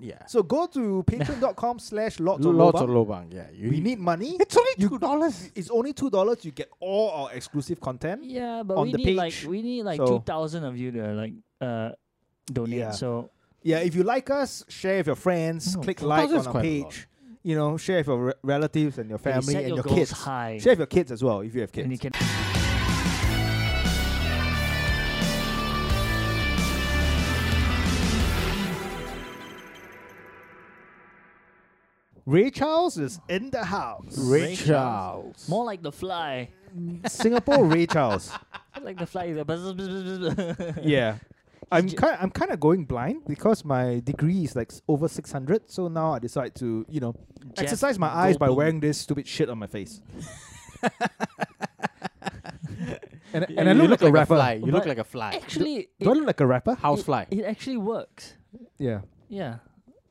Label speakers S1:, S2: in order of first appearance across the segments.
S1: Yeah.
S2: So go to patreon.com slash lots of
S1: Lots of
S2: Lobang.
S1: lobang. Yeah. You
S2: We need money.
S1: It's only two dollars.
S2: It's only two dollars. You get all our exclusive content.
S3: Yeah, but
S2: on
S3: we
S2: the
S3: need like
S2: page.
S3: we need like
S2: So-
S3: two thousand of you to like uh donate.
S2: Yeah.
S3: So
S2: Yeah, if you like us, share with your friends.
S3: No,
S2: click
S1: two
S2: like
S1: dollars
S2: on
S1: is
S2: our
S1: quite a lot.
S2: page. You know, share with your re- relatives and your
S3: and you
S2: family
S3: set
S2: and
S3: your,
S2: your,
S3: goals
S2: kids.
S3: high.
S2: Share with your kids as well if you have kids.
S3: and you can
S2: Ray Charles is in the house.
S1: Ray
S3: Ray
S1: Charles.
S3: more like the fly,
S2: Singapore Ray Charles.
S3: like the fly. is like
S2: yeah. I'm
S3: j-
S2: kind I'm kind of going blind because my degree is like s- over 600 so now I decide to, you know,
S3: Jeff
S2: exercise my eyes by
S3: Goldblum.
S2: wearing this stupid shit on my face. and
S1: Yeah,
S2: and I
S1: you
S2: look, like a rapper.
S1: fly. You look
S3: But
S1: like a fly.
S3: Actually,
S2: Do I
S3: it,
S2: look like a rapper?
S1: House fly.
S3: it actually works.
S2: Yeah.
S3: Yeah.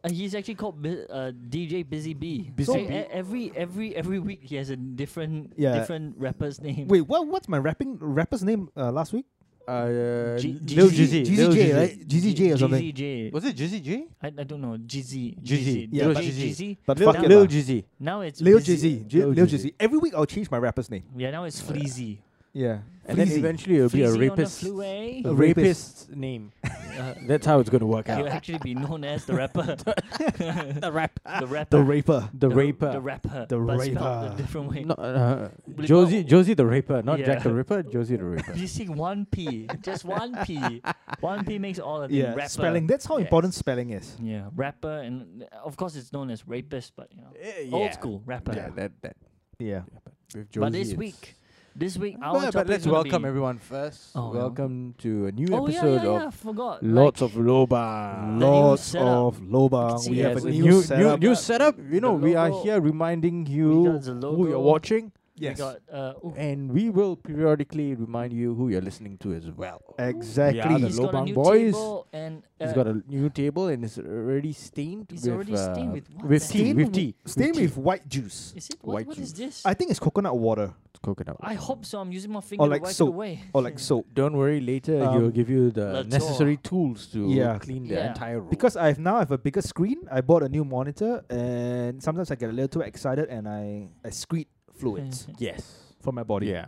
S3: Uh, he's actually called Bu- uh, DJ Busy B.
S1: Busy
S3: so
S1: Bee.
S3: e- every every every week he has a different
S2: Yeah.
S3: different rapper's name.
S2: Wait, what what's my rapping rapper's name uh, last week?
S1: Uh,
S3: G- G-
S1: Lil
S3: G-
S1: Jizzy.
S2: G-
S1: Lil
S2: G- J,
S1: Jizzy.
S2: right? Jeezy J or something.
S3: Jeezy J.
S1: Was it Jizzy J?
S3: I, I don't know. Jeezy.
S1: Jeezy.
S2: Yeah,
S3: Lil
S2: but-
S3: Jeezy.
S2: But
S1: Lil,
S2: fuck it
S1: Lil
S2: lah.
S1: Jizzy.
S3: Now it's
S2: Lil
S3: Busy-
S2: Jizzy. J-
S1: Lil
S2: Lil
S1: Jizzy.
S2: Jizzy. Every week I'll change my rapper's name.
S3: Yeah, now it's Fleazy.
S2: Yeah.
S1: And then
S2: Fleazy.
S1: eventually it'll be a
S3: Fleazy
S1: rapist.
S3: on the freeway.
S1: A
S2: A
S1: rapist name.
S3: Uh,
S1: That's how it's going to work
S3: he'll
S1: out.
S3: actually be known as the rapper. the rap. The rapper.
S2: the rapper.
S1: The raper.
S3: The rapper.
S2: The
S3: but spelled
S2: raper.
S3: a different way.
S1: No, uh,
S3: Blip
S1: Josie,
S3: out.
S1: Josie the Raper, not
S3: Yeah.
S1: Jack the Ripper. Josie the Raper.
S3: Missing one P. Just one P. One P makes all of the
S2: Yeah.
S3: rapper.
S2: Spelling. That's how
S3: Yeah.
S2: important spelling is.
S3: Yeah, rapper, and uh, of course it's known as rapist, but you know,
S1: Eh, yeah.
S3: old school rapper.
S1: Yeah, that that.
S2: Yeah.
S1: yeah, but with
S3: but this
S1: Josie, it's-
S3: week, this week our
S1: But, but
S3: topic's
S1: let's
S3: gonna
S1: welcome
S3: be,
S1: everyone first.
S3: Oh, yeah.
S1: welcome to a new
S3: Oh yeah,
S1: episode
S3: yeah, yeah,
S1: of
S3: forgot.
S1: Lots
S3: like,
S1: of Loba.
S3: The new
S2: Lots
S3: setup.
S2: of Lobang.
S3: See,
S2: We
S3: yeah,
S2: have
S3: it's
S2: a
S3: a
S2: new,
S1: new,
S2: setup.
S1: new setup. You know,
S3: The
S1: we are
S3: logo.
S1: here reminding
S3: we
S1: you
S3: got the logo.
S1: who you're watching,
S3: We got uh, ooh,
S1: and we will periodically remind you who you're listening to as well.
S2: Exactly.
S1: the
S3: he's got a
S1: Lobang
S3: new
S1: boys.
S3: table and uh,
S1: He's got a new table and it's already stained
S3: It's
S1: with
S3: already stained
S1: uh,
S3: with what
S1: with
S3: the
S1: tea,
S3: heck?
S1: with tea,
S2: Stay
S1: tea.
S2: with white juice.
S3: Is it what,
S1: white
S3: what is
S1: juice.
S3: this?
S2: I think it's coconut water
S1: coconut.
S3: I hope so. I'm using my finger
S2: like
S3: to wipe
S2: soap.
S3: it away.
S2: or like soap.
S1: Don't worry, later he'll
S2: Um,
S1: give you the
S3: Latour.
S1: necessary tools to
S2: Yeah.
S1: clean the
S3: Yeah.
S1: entire room.
S2: Because I've now have a bigger screen. I bought a new monitor, and sometimes I get a little too excited and I excrete fluids
S1: yes,
S2: from my body.
S1: yeah.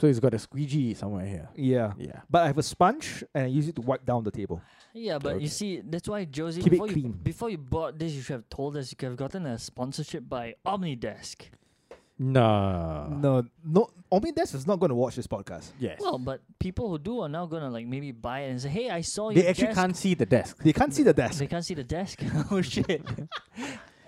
S1: So he's got a squeegee somewhere here.
S2: Yeah.
S1: Yeah.
S2: But I have a sponge and I use it to wipe down the table.
S3: Yeah, but
S1: Okay.
S3: you see, that's why Josie,
S2: Keep it
S3: before you,
S2: clean.
S3: before you bought this, you should have told us. You could have gotten a sponsorship by Omnidesk.
S1: No.
S2: No, no. Omides is not going to watch this podcast.
S1: Yes.
S3: Well, but people who do are now gonna like maybe buy it and say, "Hey, I saw
S1: they
S3: your
S1: actually
S3: desk."
S1: can't see the desk.
S2: They can't see the desk.
S3: They can't see the desk. oh shit!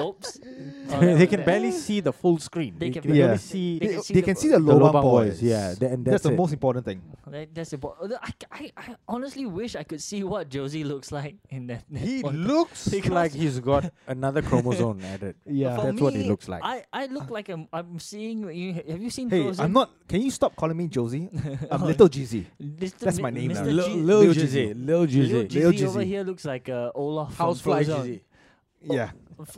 S3: Oops. Oh, that
S1: they
S3: was
S1: can
S3: bad.
S1: barely see the full screen.
S3: They can
S1: barely
S2: Yeah.
S1: see
S3: They
S2: They,
S3: can see
S2: they
S3: the
S2: can
S3: bo-
S2: see the
S1: the
S2: Lobang,
S1: Lobang boys.
S2: boys.
S1: Yeah, tha- and that's
S2: the
S1: it.
S2: most important thing.
S3: That- that's the bo- although I, c- I- I honestly wish I could see what Josie looks like in that. that
S1: He
S3: photo.
S1: looks
S3: Because-
S1: like he's got another chromosome added.
S2: Yeah.
S3: For
S1: that's what he
S3: me,
S1: looks like.
S3: I, I look like I'm I'm seeing. You, have you seen?
S2: Hey,
S3: Frozen?
S2: I'm not. Can you stop calling me Josie? I'm Little Jeezy.
S3: Mr.
S2: that's
S3: Mi-
S2: my name now.
S3: Mr.
S1: Lil,
S3: G-
S1: Lil
S2: Lil
S1: Jizzy. Lil
S3: Lil
S1: Jizzy.
S2: Lil
S3: Jizzy over
S2: Jizzy.
S3: here looks like uh, Olaf from
S1: Housefly
S3: Frozen.
S1: Jizzy.
S2: Yeah.
S3: F-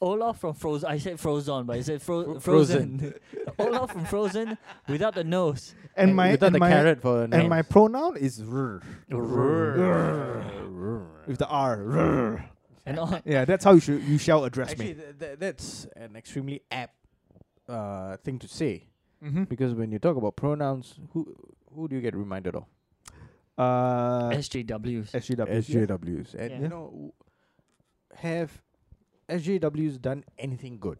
S3: Olaf from Frozen. I said Frozen, but I said fro-
S1: Fro-
S3: Frozen. Olaf from Frozen without the nose.
S2: And my
S1: without
S2: and
S1: the
S2: my
S1: carrot for a
S2: and
S1: name.
S2: my pronoun is r
S1: Actually,
S2: with the r. Rrr.
S3: And all,
S2: Yeah, that's how you should you shall address me.
S1: th- th- that's an extremely apt uh, thing to say
S2: Mm-hmm.
S1: because when you talk about pronouns, who who do you get reminded of?
S2: Uh,
S3: SJWs.
S2: SJW.
S1: SJWs, and
S3: Yeah.
S1: you know, w- have SJWs done anything good?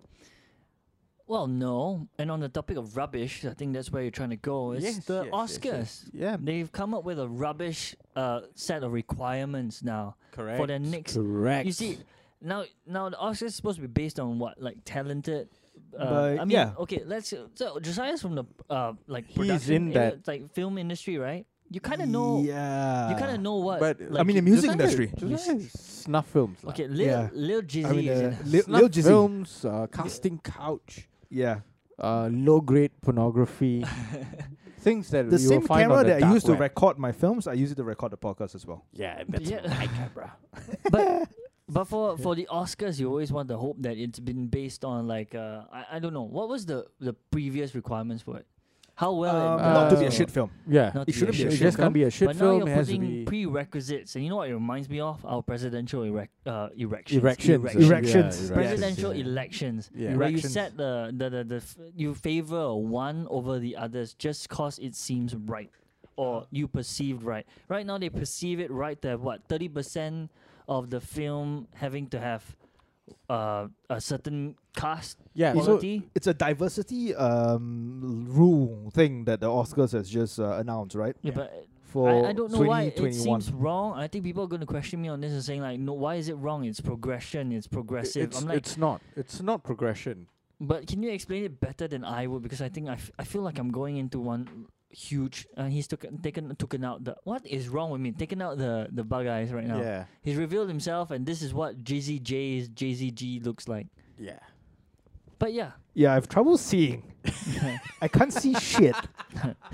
S3: Well, no. And on the topic of rubbish, I think that's where you're trying to go. It's
S1: Yes,
S3: the
S1: yes, yes,
S3: Oscars.
S1: yes. Yeah,
S3: They've come up with a rubbish uh, set of requirements now
S1: correct.
S3: for their next.
S1: correct.
S3: You see, now now the Oscars is supposed to be based on what, like talented. Uh,
S2: But,
S3: I mean,
S2: yeah.
S3: okay. Let's so Josiah's from the uh, like
S1: He's
S3: production,
S1: in
S3: uh,
S1: that-
S3: like film industry, right? You kind of know.
S2: Yeah.
S3: You kind of know what.
S1: but
S3: uh, like,
S2: I mean, the music
S1: Josiah-
S2: industry.
S1: Josiah is snuff films, lah.
S3: okay, Lil
S2: Yeah.
S3: Lil Jizzy
S2: I mean,
S3: is in
S2: uh,
S3: it.
S2: Lil,
S1: snuff
S2: Lil Jizzy.
S1: films, uh, casting couch,
S2: Yeah.
S1: uh, low grade pornography, things that
S2: The
S1: you
S2: same
S1: will find on
S2: camera
S1: the
S2: that I
S1: dark
S2: use to
S1: web.
S2: record my films, I use it to record the podcast as well.
S1: Yeah,
S3: Yeah.
S1: camera.
S3: but but for for the Oscars, you always want the hope that it's been based on like uh I, I don't know what was the the previous requirements for it. how well
S2: um,
S3: it
S1: uh,
S2: not to be a
S3: does.
S2: shit film.
S1: Yeah.
S3: Not
S2: It
S3: to
S2: shouldn't
S3: be
S2: be a shit
S3: a
S1: It
S3: shit
S1: just
S2: film.
S1: can't be a shit
S3: but
S1: film.
S3: now
S1: It
S3: you're
S1: has to
S3: putting
S1: be.
S3: prerequisites, and you know what it reminds me of? Our presidential erec- uh, erections.
S1: Erections.
S2: Erections. Erections.
S1: Yeah,
S3: Presidential
S1: yeah.
S3: elections,
S1: Yeah.
S3: where you
S2: Erections.
S3: set the the, the, the f- you favor one over the others just cause it seems right, or you perceived right. Right now they perceive it right. That what thirty percent of the film having to have uh, a certain cast
S1: Yeah.
S2: so-
S3: quality.
S2: It's a diversity um, rule thing that the Oscars has just uh, announced, right?
S3: yeah, but
S2: For
S3: I, I don't know why it
S2: 2021.
S3: seems wrong. I think people are going to question me on this and saying like, no, why is it wrong? It's progression. It's progressive.
S1: It's,
S3: I'm like,
S1: it's not. It's not progression.
S3: but can you explain it better than I would? Because I think I, f- I feel like I'm going into one huge. And he's took, taken taken out the what is wrong with me? Taken out the the bug eyes right now.
S1: Yeah.
S3: He's revealed himself, and this is what JZJ's JZG looks like.
S1: Yeah.
S3: But yeah,
S2: Yeah, I have trouble seeing. I can't see shit.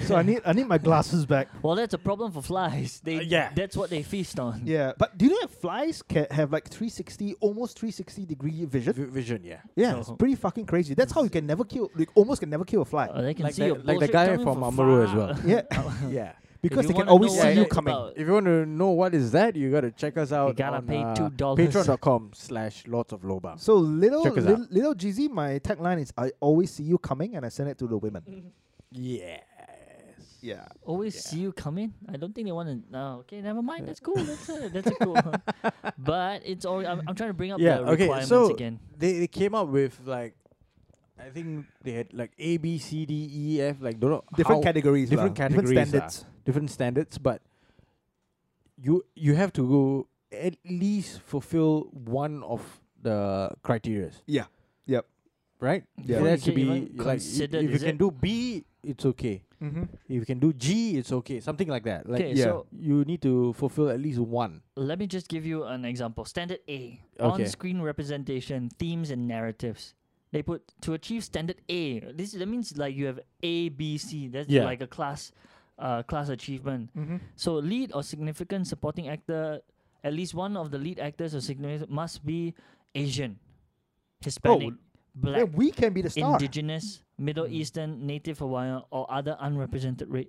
S2: So I need I need my glasses back.
S3: well, that's a problem for flies. They
S1: Uh, yeah.
S3: that's what they feast on.
S2: Yeah, but do you know that flies can have like 360, almost 360 degree vision?
S1: Vi- Vision. Yeah.
S2: Yeah, it's
S3: Oh.
S2: pretty fucking crazy. That's how you can never kill, like almost can never kill a fly.
S3: Uh, they can
S1: Like
S3: see
S1: the-
S3: your
S1: like the
S3: bullshit
S1: guy
S3: coming
S1: from
S3: from
S1: Mamoru as
S3: far.
S1: well.
S2: yeah,
S1: yeah.
S2: because they
S3: you
S2: can
S3: wanna
S2: always
S3: know
S2: see
S1: what
S2: you
S1: it's
S2: coming.
S3: about-
S1: If you want to know what is that, you gotta check us out.
S3: gotta
S1: on,
S3: pay
S1: uh,
S3: $2.
S1: Patreon.com slash lots of loba.
S2: So little
S1: Check us
S2: little, little GZ, my tagline is I always see you coming, and I send it to the
S3: Mm.
S2: women.
S1: Yes.
S2: Yeah,
S3: always
S1: Yeah.
S3: see you coming. I don't think they want to. No, okay, never mind. That's cool. That's a, that's a cool one. But it's all. I'm, I'm trying to bring up
S1: Yeah,
S3: the
S1: okay,
S3: requirements
S1: so
S3: again.
S1: They they came up with like, I think they had like A B C D E F like don't know
S2: different
S1: how-
S2: categories,
S1: different
S2: lah.
S1: categories,
S2: different standards.
S1: different standards, but you you have to go at least fulfill one of the criteria.
S2: Yeah. Yep.
S1: Right.
S2: Yeah.
S1: It
S2: Before
S3: you
S1: has to
S3: can
S1: be
S3: even
S1: like if-
S3: consider,
S1: if you
S3: is
S1: can
S3: it?
S1: do B, it's okay.
S2: Mm-hmm.
S1: If you can do G, it's okay. Something like that. Like
S3: Okay,
S2: yeah.
S3: so
S1: you need to fulfill at least one.
S3: let me just give you an example. Standard A:
S1: Okay.
S3: on-screen representation, themes, and narratives. They put to achieve standard A. This that means like you have A, B, C. That's
S1: Yeah.
S3: like a class, uh, class achievement.
S2: Mm-hmm.
S3: So lead or significant supporting actor, at least one of the lead actors or significant must be Asian, Hispanic, black,
S2: Then we can be the star.
S3: indigenous, Middle Eastern, Native Hawaiian, or other unrepresented race.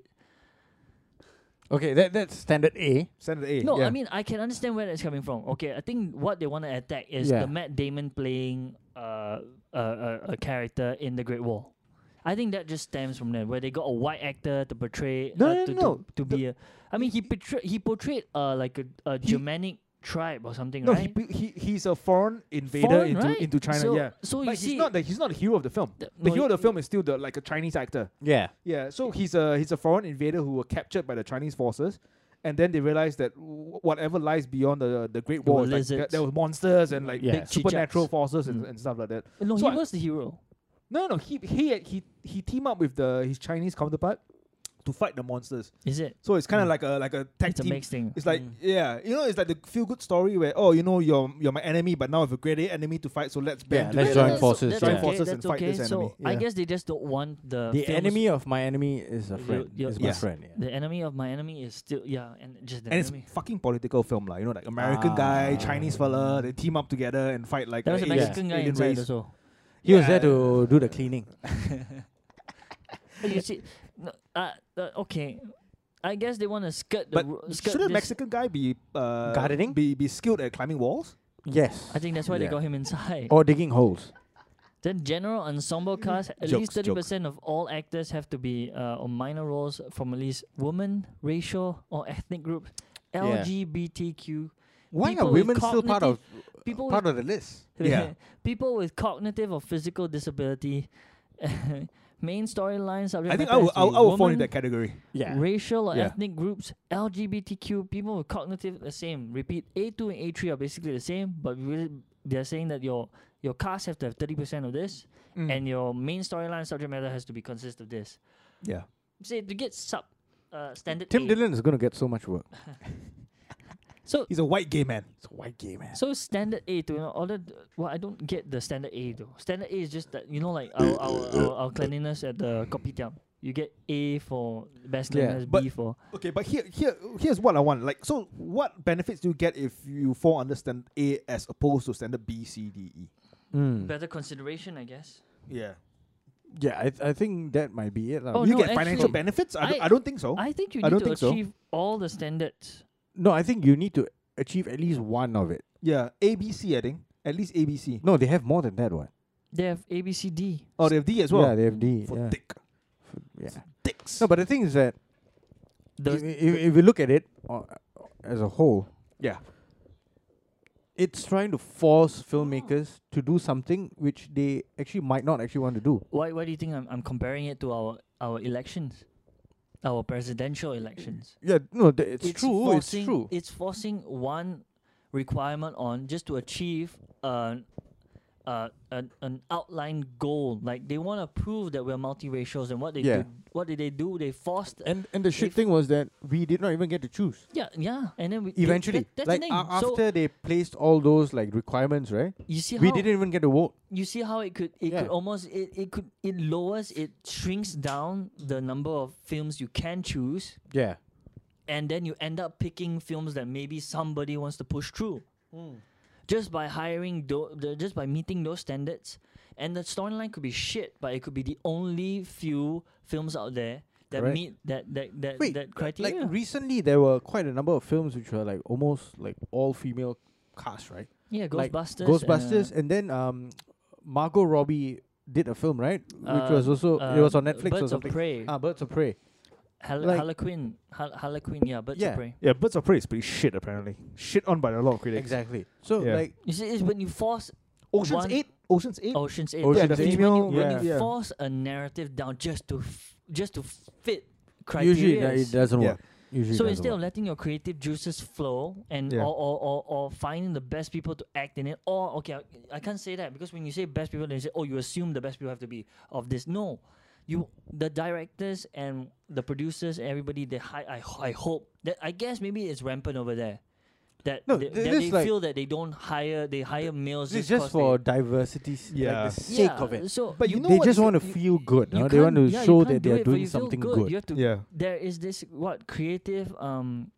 S1: Okay, that that's standard A.
S2: Standard A.
S3: No,
S2: yeah.
S3: I mean I can understand where it's coming from. Okay, I think what they want to attack is
S1: Yeah.
S3: the Matt Damon playing uh, a, a a character in the Great Wall. I think that just stems from there, where they got a white actor to portray
S2: No,
S3: uh,
S2: no,
S3: to,
S2: no,
S3: to, to be a. I mean, he portrayed he portrayed uh like a, a
S2: He-
S3: Germanic tribe or something,
S2: no,
S3: right?
S2: he, pe- he he's a foreign invader
S3: Foreign,
S2: into
S3: right?
S2: into China.
S3: So-
S2: yeah,
S3: so you
S2: but he's
S3: see-
S2: not the he's not the hero of the film.
S3: The-
S2: The
S3: no,
S2: hero of the
S3: he-
S2: film is still the like a Chinese actor.
S1: Yeah.
S2: Yeah, so he's a he's a foreign invader who were captured by the Chinese forces, and then they realized that w- whatever lies beyond the the Great
S3: There were
S2: Wall, like, there,
S3: lizards.
S2: there were monsters and like
S1: Yeah.
S2: big
S1: Big
S2: supernatural
S3: chichaks.
S2: forces and, and
S3: Mm.
S2: stuff like that.
S3: no,
S2: so
S3: he
S2: I-
S3: was the hero.
S2: No, no, he he he he team up with the his Chinese counterpart to fight the monsters.
S3: Is it?
S2: So it's kind of
S3: Mm.
S2: like a like a tag
S3: it's a
S2: team.
S3: mixed thing.
S2: It's like
S3: Mm.
S2: yeah, you know, it's like the feel good story where oh, you know, you're you're my enemy, but now I have a greater enemy to fight, so let's
S1: Yeah,
S2: band
S1: let's
S2: together.
S1: join
S3: that's-
S1: forces,
S3: that's
S1: join
S3: okay,
S2: forces and
S3: that's
S2: fight
S3: okay.
S2: this
S3: so
S2: enemy,
S3: I
S2: yeah.
S3: guess they just don't want the
S1: The
S3: films-
S1: enemy of my enemy is a
S3: You-
S1: friend.
S3: you-
S1: is my
S2: Yes.
S1: friend. Yeah.
S3: The enemy of my enemy is still yeah, and just the
S2: And it's
S3: enemy.
S2: fucking political film, like you know, like American guy,
S1: Ah.
S2: Chinese fella, they team up together and fight like
S3: There
S2: uh,
S3: was a
S2: aliens-
S3: Mexican guy
S2: alien
S3: inside
S2: race.
S3: also.
S1: He was there
S2: Yeah.
S1: to do the cleaning.
S3: But you see, no, uh, uh, okay, I guess they want to skirt the
S2: But
S3: ru- skirt
S2: should a
S3: this-
S2: Mexican guy be uh,
S1: Gardening?
S2: Be be skilled at climbing walls?
S1: Yes.
S3: I think that's why they
S1: Yeah.
S3: got him inside.
S1: Or digging holes.
S3: Then general ensemble cast, at least
S1: Jokes, joke.
S3: thirty percent of all actors have to be uh, on minor roles from at least woman, racial, or ethnic groups.
S1: Yeah.
S3: LGBTQ.
S1: Why
S3: People
S1: are
S3: with
S1: women still part of
S3: cognitive- people
S1: part of the list?
S2: Yeah.
S3: people with cognitive or physical disability. Main storyline subject.
S2: I think
S3: matter
S2: I will
S3: has to
S2: I
S3: be
S2: will, I will fall in
S3: woman,
S2: that category.
S3: racial or
S2: Yeah.
S3: ethnic groups, LGBTQ, people with cognitive the same. Repeat, A2 and A3 are basically the same, but really they're saying that your your cast have to have 30% of this,
S2: Mm.
S3: and your main storyline subject matter has to be consist of this.
S2: yeah,
S3: Say to get sub uh, standard
S1: Tim
S3: A.
S1: Dillon is gonna get so much work.
S3: So
S2: he's a white gay man.
S1: It's a white gay man.
S3: so standard A to you know, order well I don't get the standard A though. Standard A is just that you know like our our, our, our cleanliness at the kopitiam. You get A for best
S1: Yeah,
S3: cleanliness,
S2: but-
S3: B for
S2: Okay, but here here here's what I want. Like, so what benefits do you get if you fall under standard A as opposed to standard B, C, D, E?
S1: Mm.
S3: better consideration I guess.
S2: Yeah.
S1: yeah, I, th- I think that might be it. lah.
S3: Oh,
S2: Do you
S3: no,
S2: get financial
S3: actually,
S2: benefits? I, don't-
S3: I-
S2: I don't think so.
S3: I think you
S2: Oh, I
S3: need
S2: don't
S3: to
S2: think so.
S3: achieve all the standards.
S1: No, I think you need to achieve at least one of it.
S2: yeah, ABC. I think at least ABC.
S1: No, they have more than that one.
S3: They have A, B, C, D.
S2: Oh, they have D as
S1: Yeah,
S2: well.
S1: they have D.
S2: for
S1: yeah.
S2: thick
S1: yeah.
S2: dicks.
S1: No, but the thing is that
S3: The-
S1: if, if, if you look at it uh, as a whole,
S2: yeah,
S1: it's trying to force filmmakers to do something which they actually might not actually want to do.
S3: why why do you think I'm, I'm comparing it to our our elections, our presidential elections?
S1: Yeah, no, th- it's, true.
S3: Forcing,
S1: it's true.
S3: It's forcing one requirement on just to achieve an uh, an, an outline goal. Like they want to prove that we're multiracials, and what they
S1: Yeah.
S3: do, what did they do? They forced.
S1: and and the shit
S3: if-
S1: thing was that we did not even get to choose.
S3: yeah, yeah, and then we they-
S1: Eventually,
S3: that- that's
S1: like
S3: the thing.
S1: a- after
S3: so
S1: they placed all those like requirements, right?
S3: you see how
S1: We didn't even get to vote.
S3: you see how it could it
S1: Yeah.
S3: could almost it, it could it lowers it shrinks down the number of films you can choose
S1: Yeah,
S3: and then you end up picking films that maybe somebody wants to push through Hmm. just by hiring tho- the, just by meeting those standards and the storyline could be shit but it could be the only few films out there that
S1: Correct.
S3: meet that that that,
S1: Wait,
S3: that
S1: like
S3: criteria
S1: recently there were quite a number of films which were like almost like all female cast, right?
S3: yeah
S1: like
S3: ghostbusters
S1: Ghostbusters,
S3: and, uh,
S1: and then um, Margot Robbie did a film, right? Which
S3: uh,
S1: was also
S3: uh,
S1: it was on
S3: uh,
S1: Netflix
S3: birds
S1: or something.
S3: of prey
S1: Ah, Birds of Prey.
S3: Hal-
S1: like-
S3: harlequin Hal- harlequin yeah birds
S1: Yeah.
S3: of prey
S2: yeah. Birds of prey is pretty shit. Apparently, shit on by a lot of critics.
S1: Exactly. So
S2: Yeah.
S1: like,
S3: you see it's when you force
S2: Ocean's
S3: One-
S2: Eight. Ocean's Eight.
S1: Oh,
S3: Ocean's Eight.
S1: Ocean's
S2: yeah, the
S1: Eight.
S2: female.
S3: when
S2: yeah.
S3: you
S2: yeah.
S3: force a narrative down just to f- just to fit
S1: usually
S3: criteria.
S1: that it doesn't
S2: Yeah.
S1: work. Usually,
S3: so
S1: doesn't
S3: instead
S1: work.
S3: of letting your creative juices flow and
S2: Yeah.
S3: or, or, or, or finding the best people to act in it, or okay, I, I can't say that because when you say best people, they say oh you assume the best people have to be of this. No, you the directors and the producers, everybody they hi- I ho- I hope that I guess maybe it's rampant over there. That
S1: No,
S3: they,
S1: th-
S3: that
S1: this
S3: they
S1: like-
S3: feel that they don't hire they hire males
S1: It's
S3: just 'cause
S1: just
S3: they-
S1: for diversity, s-
S2: Yeah.
S1: like the sake
S3: yeah,
S1: of it.
S3: So
S2: But
S3: you
S2: you know
S1: they
S2: what?
S1: just
S2: You
S1: want to
S2: can-
S1: feel good.
S3: You
S1: No? They want to
S3: can't- yeah, you
S1: show
S3: can't
S1: that
S3: do
S1: they are
S3: it, but
S1: doing
S3: you feel
S1: something
S3: good.
S1: good.
S3: You have to.
S2: yeah.
S3: There is this what creative um.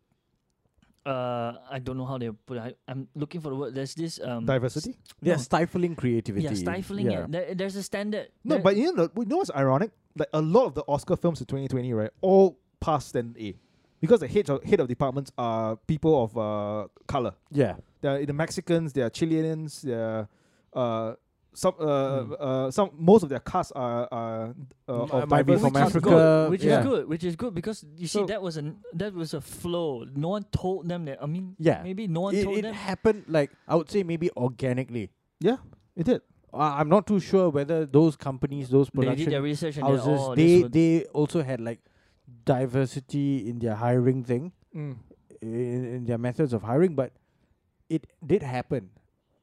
S3: Uh, I don't know how they put. It. I, I'm looking for the word. There's this um
S1: Mm.
S2: Diversity.
S1: They are
S3: No.
S1: stifling creativity.
S3: Yeah, stifling
S1: Yeah.
S3: it. There, there's a standard.
S2: No,
S3: There-
S2: but you know, you know what's ironic? Like a lot of the Oscar films of 2020, right, all passed standard A, because the heads of head of departments are people of uh color.
S1: Yeah.
S2: They're the Mexicans, they're Chileans, they're uh some uh,
S1: Hmm.
S2: uh some most of their cast are are uh,
S1: M-
S2: of
S1: might be
S2: diverse
S1: from
S2: cast.
S3: is
S1: Africa,
S3: good, which
S1: yeah.
S3: is good, which is good because you see
S2: So-
S3: that was a that was a flow. No one told them that. I mean,
S1: Yeah.
S3: maybe no one
S1: It,
S3: told
S1: it
S3: them.
S1: happened like I would say maybe organically.
S2: Yeah, it did.
S1: I I'm not too sure whether those companies, those
S3: They did their
S1: production
S3: research and they're,
S1: houses,
S3: "Oh, this
S1: they
S3: would-"
S1: they also had like diversity in their hiring thing,
S2: Mm.
S1: in, in their methods of hiring, but it did happen.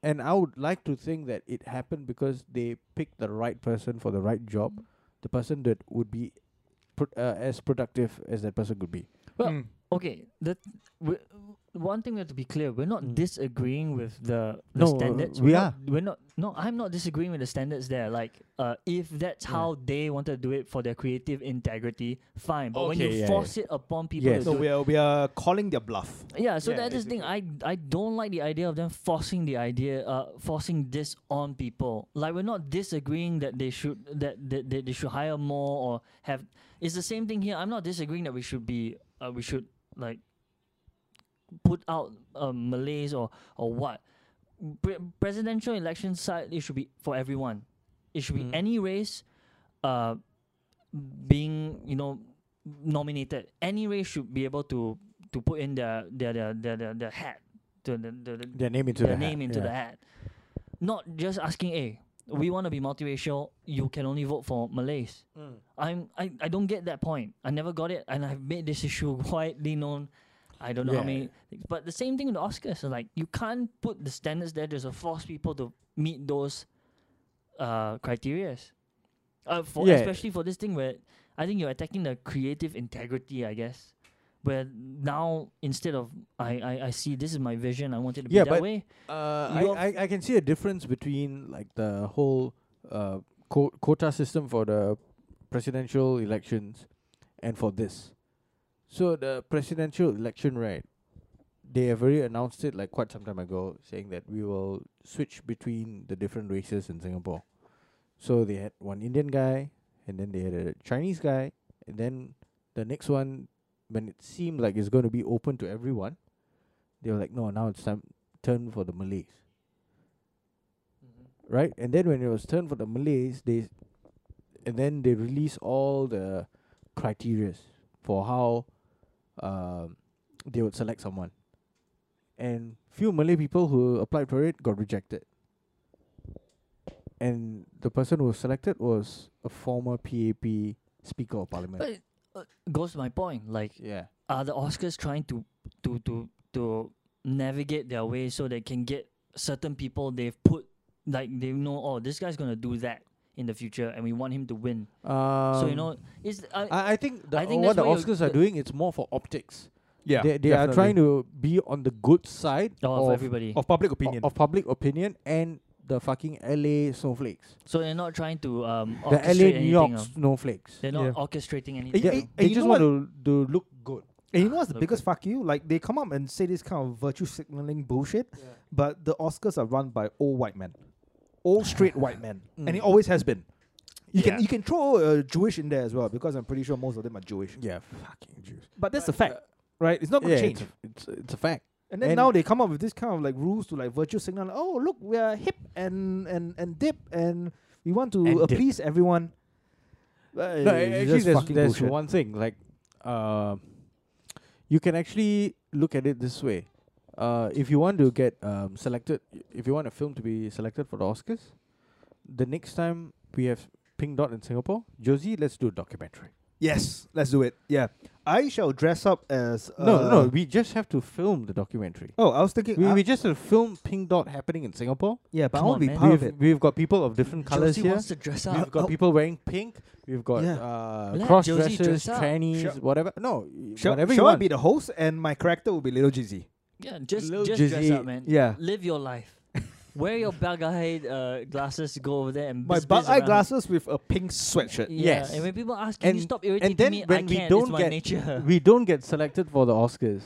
S1: And I would like to think that it happened because they picked the right person for the right job, the person that would be pro- uh, as productive as that person could be.
S3: Well,
S2: Mm.
S3: Okay, that we, one thing we have to be clear: we're not
S1: Mm.
S3: disagreeing with the, the
S1: No, uh,
S3: standards.
S1: we
S3: We're not- we're not. No, I'm not disagreeing with the standards there. Like, uh, if that's
S1: Yeah.
S3: how they want to do it for their creative integrity, fine. But when
S1: Okay,
S3: you
S1: yeah,
S3: force it upon people,
S1: Yes.
S3: to
S2: no,
S3: do it-
S2: we are we are calling their bluff.
S3: yeah. So
S1: yeah,
S3: that is the thing. I I don't like the idea of them forcing the idea, uh, forcing this on people. Like, we're not disagreeing that they should that that, that they should hire more or have. It's the same thing here. I'm not disagreeing that we should be uh, we should like put out um, Malays or or what. Pre- presidential election side, it should be for everyone. It should be
S1: Mm.
S3: any race, uh, being you know nominated. Any race should be able to to put in their their their their their, their hat to the, the, the,
S1: Their name into
S3: their
S1: the
S3: name
S1: hat.
S3: into
S1: yeah.
S3: the hat. Not just asking, hey, we want to be multiracial. You can only vote for Malays. I'm I, I don't get that point. I never got it, and I've made this issue widely known. I don't know how
S1: Yeah.
S3: many, things. but the same thing with the Oscars. so Like you can't put the standards there just to force people to meet those uh criterias. Uh, for
S1: Yeah.
S3: especially for this thing where I think you're attacking the creative integrity, I guess. Where now instead of I I, I see this is my vision, I want it to be
S1: Yeah,
S3: that
S1: but
S3: way.
S1: Uh,
S3: You are
S1: I, I I can see a difference between like the whole uh co- quota system for the presidential elections and for this. So the presidential election, right? They have already announced it like quite some time ago, saying that we will switch between the different races in Singapore. So they had one Indian guy, and then they had a Chinese guy, and then the next one, when it seemed like it's going to be open to everyone, they were like, no, now it's time turn for the Malays,
S3: Mm-hmm.
S1: right? And then when it was turn for the Malays, they, and then they released all the criterias for how, um, they would select someone, and few Malay people who applied for it got rejected and the person who was selected was a former PAP speaker of parliament.
S3: But it uh, goes to my point. Like,
S1: yeah,
S3: are the Oscars trying to to to to navigate their way so they can get certain people they've put like they know oh this guy's gonna do that in the future and we want him to win.
S1: um,
S3: so you know, is uh, I,
S1: I, I think, the,
S3: I think
S1: what
S3: that's
S1: the
S3: why you-
S1: Oscars are
S3: the-
S1: doing it's more for optics.
S2: Yeah,
S1: they they are trying to be on the good side
S3: oh,
S1: of,
S3: for everybody.
S2: of public
S1: o-
S2: opinion.
S1: of public opinion and the fucking LA snowflakes,
S3: so they're not trying to um
S1: the
S3: orchestrate
S1: LA New
S3: anything,
S1: York
S3: um,
S1: snowflakes.
S3: They're not
S2: Yeah.
S3: orchestrating
S1: They,
S3: anything.
S2: eh,
S1: they,
S2: eh, you know
S1: just want to to look good.
S2: and you know what's the
S3: Look
S2: biggest fuck you? Like they come up and say this kind of virtue signaling bullshit, but the Oscars are run by old white men, old straight white men, and
S1: Mm.
S2: it always has been. You
S3: Yeah.
S2: can you can throw a Jewish in there as well because I'm pretty sure most of them are Jewish.
S1: Yeah, fucking Jews.
S2: But uh, that's a fact, right? It's not going
S1: Yeah,
S2: to
S1: it's,
S2: change.
S1: a- it's it's a fact.
S2: And then
S1: And-
S2: now they come up with this kind of like rules to like virtue signal. Like, oh, look, we are hip and and and dip, and we want to
S1: And dip.
S2: appease everyone.
S1: No, a- actually, there's, there's one thing. Like, um, you can actually look at it this way. Uh, if you want to get um, selected, if you want a film to be selected for the Oscars, the next time we have Pink Dot in Singapore, Josie, let's do a documentary.
S2: Yes, let's do it. Yeah, I shall dress up as.
S1: no,
S2: uh,
S1: no, we just have to film the documentary.
S2: Oh, I was thinking.
S1: We,
S2: uh,
S1: we just have to film Pink Dot happening in Singapore.
S2: yeah, but I
S3: Come
S2: want to be
S3: on, man.
S2: part of
S1: We've,
S2: it.
S1: we've got people of different colors
S3: Josie
S1: here.
S3: wants to dress
S1: We've
S3: up.
S1: got
S2: Oh.
S1: people wearing pink. We've got
S2: Yeah.
S1: uh,
S3: Let
S1: cross
S3: Josie
S1: dressers,
S3: dress up.
S1: trannies,
S2: Sure.
S1: whatever. No,
S2: Shall,
S1: whatever you
S2: shall I
S1: want.
S2: be the host and my character will be Little Jizzy?
S3: Yeah, just
S1: Lil
S3: just dress
S1: Jizzy,
S3: up, man.
S2: yeah.
S3: live your life. Wear your bug-eyed uh, glasses. Go over there and
S2: My
S3: biz- biz
S2: bug eye
S3: around.
S2: glasses with a pink sweatshirt.
S3: Yeah,
S1: Yes.
S3: and when people ask, can you
S1: And-
S3: stop irritating
S1: and then
S3: me?
S1: when
S3: I
S1: we
S3: can't.
S1: don't
S3: it's my
S1: get-
S3: nature.
S1: we don't get selected for the Oscars,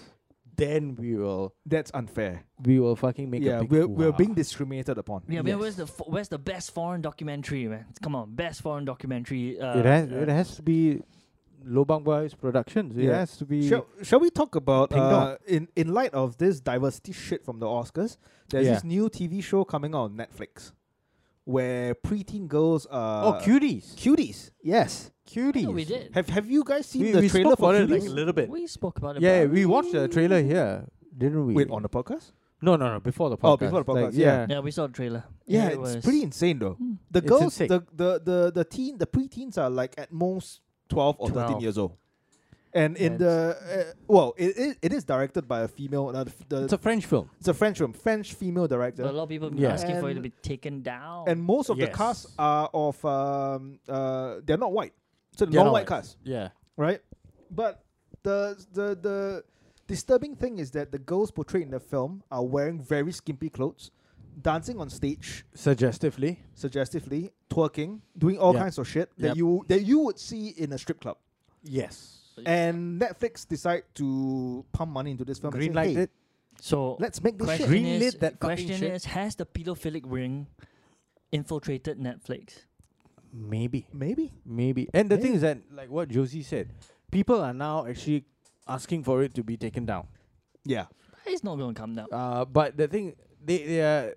S1: then we will
S2: That's unfair.
S1: we will fucking make
S2: yeah,
S1: a big
S2: we're, we're
S1: hoo-ha.
S2: being discriminated upon.
S3: yeah, man,
S1: Yes.
S3: where's the fo- where's the best foreign documentary, man? Come on, best foreign documentary. Uh,
S1: it has
S3: uh,
S1: it has to be Lobang Boys Productions. It
S2: Yeah.
S1: has to be
S2: Shall, shall we talk about
S1: Pink
S2: uh,
S1: dot.
S2: in in light of this diversity shit from the Oscars? There's
S1: Yeah.
S2: this new TV show coming out on Netflix, where preteen girls are
S1: oh cuties,
S2: cuties. Yes,
S1: cuties.
S3: yeah, we did.
S2: have have you guys seen
S1: We-
S2: the
S1: we
S2: trailer
S1: spoke
S2: for
S1: about it like
S2: cuties?
S1: a little bit.
S3: We spoke about it.
S1: Yeah,
S3: but-
S1: we watched the trailer here, didn't we?
S2: Wait on the podcast?
S1: no, no, no, before the podcast.
S2: Oh, before the
S1: Like,
S2: podcast, yeah.
S3: yeah we saw the trailer.
S2: Yeah,
S3: It
S2: it's
S3: was-
S2: pretty insane though.
S3: Hmm.
S2: The
S1: It's
S2: girls,
S1: insane.
S2: the, the the the teen, the preteens are like at most twelve or thirteen
S1: 12.
S2: years old. And in
S3: And-
S2: the uh, well, it, it it is directed by a female. Uh, the,
S1: It's a French film.
S2: it's a French film, French female director.
S3: But a lot of people have been
S1: Yeah.
S3: asking for it to
S2: And-
S3: be taken down.
S2: and most of the
S1: Yes.
S2: cast are of um uh they're not white, so
S1: They're not
S2: non-white
S1: white.
S2: cast,
S1: Yeah,
S2: right? But the the the disturbing thing is that the girls portrayed in the film are wearing very skimpy clothes, dancing on stage
S1: suggestively.
S2: suggestively, twerking, doing all
S1: Yep.
S2: kinds of shit that
S1: Yep.
S2: you that you would see in a strip club.
S1: Yes,
S2: And Netflix decide to pump money into this film. and say,
S1: green light
S2: "Hey,
S1: it.
S3: so
S2: Let's make this shit.
S3: question
S1: Greenlit
S3: is,
S1: that fucking
S3: question
S1: shit.
S3: is, has the pedophilic ring infiltrated Netflix?
S1: Maybe.
S2: Maybe.
S1: Maybe. And the thing
S2: Maybe.
S1: is that, like what Josie said, people are now actually asking for it to be taken down.
S2: Yeah.
S3: It's not going to come down.
S1: Uh, but the thing, they, they are,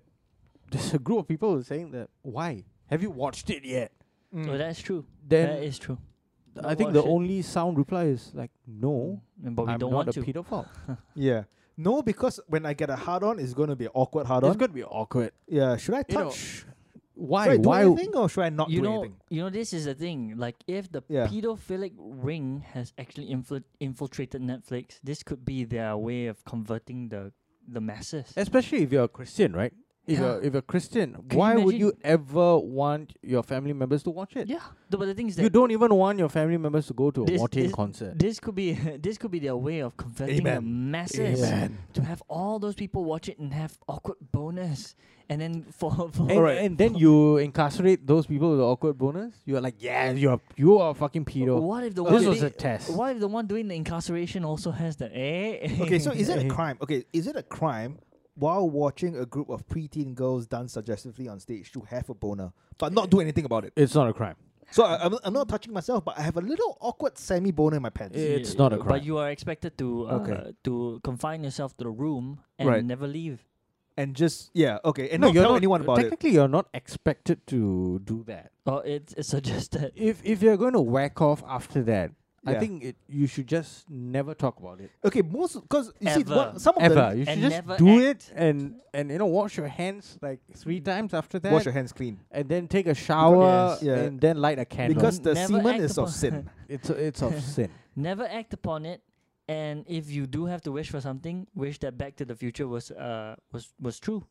S1: there's a group of people who's saying that, why? Have you watched it yet?
S2: Mm.
S3: Oh, that's true. that
S1: Um, Then
S3: is true.
S1: I think
S3: watch
S1: the
S3: it.
S1: only sound reply is like, no,
S3: Mm, But we
S1: I'm
S3: don't
S1: not
S3: want
S1: a
S3: to.
S1: pedophile.
S2: Yeah. No, because when I get a hard on, it's going to be an awkward hard
S1: It's
S2: on.
S1: going to be awkward.
S2: Yeah. Should I touch?
S1: You know, Why?
S2: should I do
S1: why?
S2: anything or should I not
S3: you
S2: do
S3: know,
S2: anything?
S3: you know, this is the thing. Like, if the
S2: Yeah.
S3: pedophilic ring has actually infl- infiltrated Netflix, this could be their way of converting the the masses.
S1: Especially if you're a Christian, right? If
S3: Yeah.
S1: you're if you're Christian,
S3: you
S1: why would
S3: imagine-
S1: you ever want your family members to watch it?
S3: yeah, the, but the thing is that
S1: You don't even want your family members to go to a
S3: This-
S1: Watin
S3: this-
S1: concert.
S3: this could be this could be their way of converting the
S2: Amen.
S3: masses
S1: Amen.
S3: to have all those people watch it and have awkward bonus, and then for, for
S1: And, and then you incarcerate those people with the awkward bonus. You're like, yeah, you're you are a fucking pedo.
S3: what if the
S1: This
S3: one
S1: was a
S3: doing-
S1: test.
S3: What if the one doing the incarceration also has the eh?
S2: Okay. So is it a crime? Okay. Is it a crime? While watching a group of preteen girls dance suggestively on stage to have a boner, but not do anything about it.
S1: It's not a crime.
S2: So I, I'm, I'm not touching myself, but I have a little awkward semi boner in my pants.
S1: Yeah. It's not a crime.
S3: But you are expected to uh,
S1: Okay.
S3: to confine yourself to the room and
S2: Right.
S3: never leave.
S2: And just yeah, okay, and
S1: no,
S2: not
S1: you're
S2: tell
S1: not,
S2: anyone about it.
S1: technically you're not expected to do that.
S3: Or it's, it's suggested.
S1: If if you're going to whack off after that, I
S2: Yeah.
S1: think it, you should just never talk about it
S2: Okay, most because you see
S3: Ever.
S2: what, some of
S1: ever.
S2: them
S1: You should
S3: And
S1: just
S3: never
S1: do
S3: act.
S1: it and and you know wash your hands like three times after that,
S2: wash your hands clean
S1: and then take a shower
S2: Yes. Yeah.
S1: and then light a candle
S2: because the
S3: Never
S2: semen
S3: act
S2: is of
S3: upon-
S2: sin.
S1: it's it's of sin.
S3: Never act upon it. And if you do have to wish for something, wish that Back to the Future was uh was was true,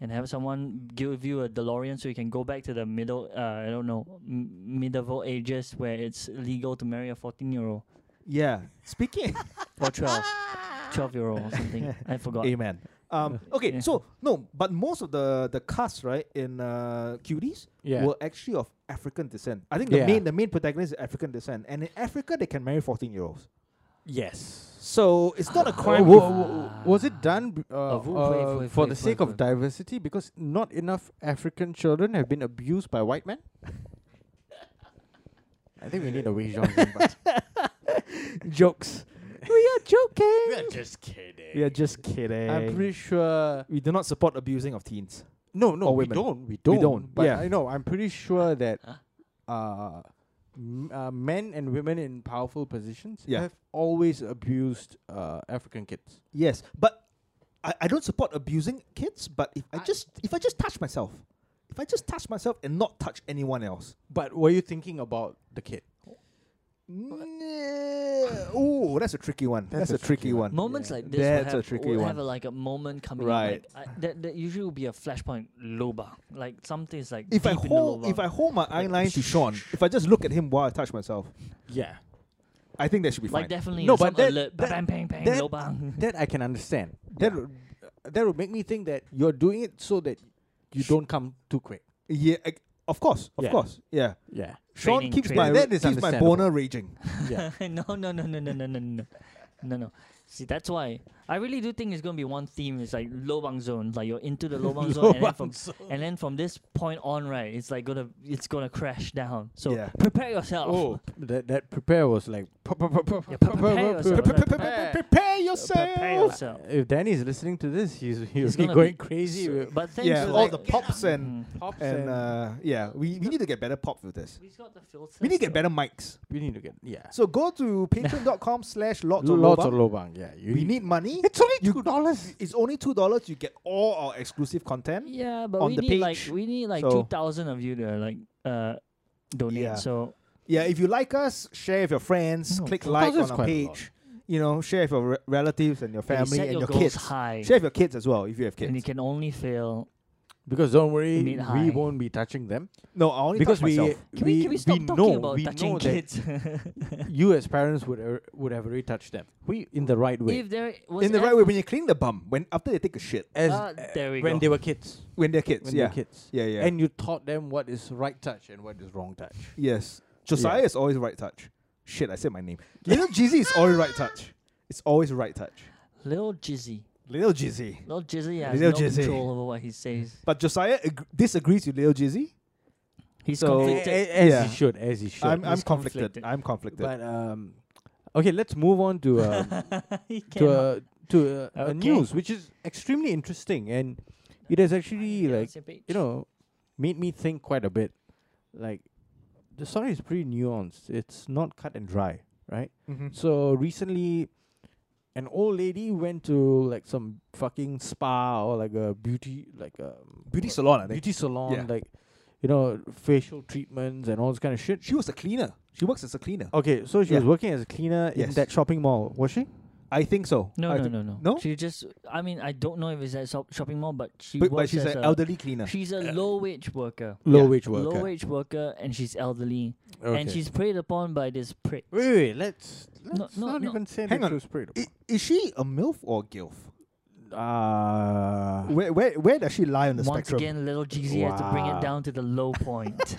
S3: and have someone give you a DeLorean so you can go back to the middle uh I don't know m- medieval ages where it's legal to marry a fourteen year old
S2: Yeah, speaking.
S3: or twelve. 12 year old or something. I forgot.
S2: Amen. Um, okay,
S3: Yeah.
S2: so no, but most of the the cast right in uh, Cuties
S1: Yeah.
S2: were actually of African descent. I think the
S1: Yeah.
S2: main the main protagonist is African descent, and in Africa they can marry fourteen year olds.
S1: Yes.
S2: So it's not a crime.
S1: Wa-
S2: if-
S1: wa- wa- was it done b- uh,
S3: vu- wait,
S1: uh,
S3: wait,
S1: for
S3: wait,
S1: the
S3: wait,
S1: sake of
S3: wait.
S1: diversity? Because not enough African children have been abused by white men. I think we need a Wei Zhong. Jokes.
S2: we are joking.
S1: just kidding.
S2: We are just kidding.
S1: I'm pretty sure.
S2: we do not support abusing of teens.
S1: No, no,
S2: Or
S1: we
S2: women.
S1: don't. We don't.
S2: don't,
S1: But
S2: yeah.
S1: I know. I'm pretty sure that uh, m- uh, men and women in powerful positions
S2: Yeah.
S1: have always abused uh, African kids.
S2: Yes, but I, I don't support abusing kids. But if I,
S1: I-
S2: just if I just touch myself, if I just touch myself and not touch anyone else.
S1: But were you thinking about the kid?
S2: oh, that's a tricky one. That's, a, tricky one.
S3: Moments like this
S2: That's
S3: will
S2: a
S3: have,
S2: tricky
S3: will
S2: one.
S3: have a, like a moment coming
S2: Right.
S3: up. Like, I, that, that usually will be a flashpoint lobang. Like something is like
S2: if I
S3: deep in the
S2: hold
S3: lobang.
S2: if I hold my eye
S3: Like,
S2: line to Sean, if I just look at him while I touch myself,
S1: Yeah.
S2: I think that should be fine.
S3: like definitely
S1: No,
S3: some
S1: but that-
S3: alert
S1: that-
S3: bang bang bang
S1: that-
S3: lobang.
S1: That I can understand. That would, that would make me think that you're doing it so that you don't come too quick.
S2: Yeah, I, of course, of
S1: Yeah.
S2: course, yeah.
S1: Yeah.
S2: Sean
S3: Training,
S2: keeps
S3: training.
S2: my
S1: That is
S2: keeps my
S1: understandable.
S2: boner raging.
S1: Yeah.
S3: no no no no no no no no no no no. See that's why I really do think it's gonna be one theme. It's like lobang zone. Like you're into the lobang zone, and then from and then from this point on, right, it's like gonna it's gonna crash down. So
S2: Yeah.
S3: prepare yourself.
S1: Oh, that that prepare was like.
S3: Yeah, prepare yourself.
S1: Prepare.
S2: Prepare
S3: Prepare
S2: yourself.
S3: yourself.
S1: If Danny is listening to this, he's he'll
S3: It's
S1: be
S3: gonna
S1: going
S3: be
S1: crazy.
S3: So-
S1: with
S3: but thanks
S2: Yeah,
S3: to
S2: all
S3: like-
S2: the pops and
S3: Mm.
S1: pops
S2: and uh, yeah, we, we need to get better pop filters.
S3: We've got the filters.
S2: We need to get
S3: though.
S2: better mics.
S1: we need to get yeah.
S2: So go to patreon.com slash lots of
S1: lots of
S2: lots
S1: lobang. Yeah, you
S2: We need money.
S1: It's only
S2: You-
S1: two dollars.
S2: It's only two dollars. You get all our exclusive content.
S3: Yeah, but
S2: on
S3: we
S2: the
S3: need like
S2: page.
S3: we need like
S2: So-
S3: two thousand of you to like uh donate.
S2: Yeah.
S3: So
S2: Yeah, if you like us, share with your friends.
S1: No,
S2: click
S1: two
S2: like
S1: thousand is
S2: on our
S1: quite a lot.
S2: page. You know, share with your re- relatives and your
S3: and you
S2: family
S3: set
S2: and
S3: your,
S2: your,
S3: goals
S2: kids.
S3: high,
S2: Share with your kids as well if you have kids.
S3: and you can only fail.
S1: Because don't worry,
S3: We need
S1: we
S3: high.
S1: won't be touching them
S2: no, I only
S1: because
S2: touch
S1: we
S2: myself.
S3: Can we, can we stop talking
S1: know,
S3: about
S1: we
S3: touching
S1: know that
S3: kids?
S1: you as parents would er, would have already touched them. We in the right way.
S3: if there was
S2: In the right
S3: ever-
S2: way, when you clean the bum, when after they take a shit,
S1: as uh,
S3: Ah, there we
S1: when
S3: go.
S1: they were kids,
S2: when they're kids,
S1: when
S2: yeah,
S1: they were kids,
S2: yeah, yeah,
S1: and you taught them what is right touch and what is wrong touch.
S2: yes, Josiah
S1: Yeah.
S2: is always right touch. Shit, I said my name. Little Jeezy is always right touch. It's always right touch.
S3: little Jizzy,
S2: Little Jeezy.
S3: little Jizzy has
S2: Little
S3: no
S2: Jizzy.
S3: control over what he says.
S2: But Josiah ag- disagrees with Little Jeezy.
S3: He's
S2: So-
S1: A-
S3: conflicted.
S1: a- as
S2: Yeah.
S1: he should, as he should.
S2: I'm, I'm
S3: he's
S2: conflicted.
S3: conflicted.
S2: I'm conflicted.
S1: but um, okay, let's move on to um,
S2: eh,
S3: He
S2: uh,
S1: to
S3: cannot-
S1: a, to uh, a, a
S3: Okay.
S1: news which is extremely interesting and it has actually
S3: Yeah,
S1: like
S3: same page.
S1: you know made me think quite a bit like the story is pretty nuanced it's not cut and dry right
S3: Mm-hmm.
S2: Mhm.
S1: so recently an old lady went to like some fucking spa or like a beauty like a
S2: Beauty salon, I think.
S1: beauty salon
S2: Yeah.
S1: like you know facial treatments and all this kind of shit
S2: She was a cleaner. She works as a cleaner.
S1: okay so she
S2: Yeah.
S1: was working as a cleaner in
S2: Yes.
S1: that shopping mall was she
S2: I think so.
S3: No,
S2: I
S3: no,
S2: think-
S3: no, no.
S2: No?
S3: She just, I mean, I don't know if it's at shop- shopping mall, but she
S2: But, but
S3: works
S2: she's
S3: as
S2: an
S3: a,
S2: elderly cleaner.
S3: She's a low wage worker.
S1: low wage worker
S3: Low wage worker, and she's elderly, and she's preyed upon by this prick.
S1: Wait, wait, wait, let's let's
S3: No, no,
S1: not
S3: no.
S1: even say
S2: Hang
S1: that
S2: on.
S1: she was preyed
S2: I- is she a MILF or a GILF?
S1: upon.
S2: Where, where, where does she lie on the
S3: Once
S2: spectrum?
S3: again, little GZ has to bring it
S1: Wow.
S3: down to the low point.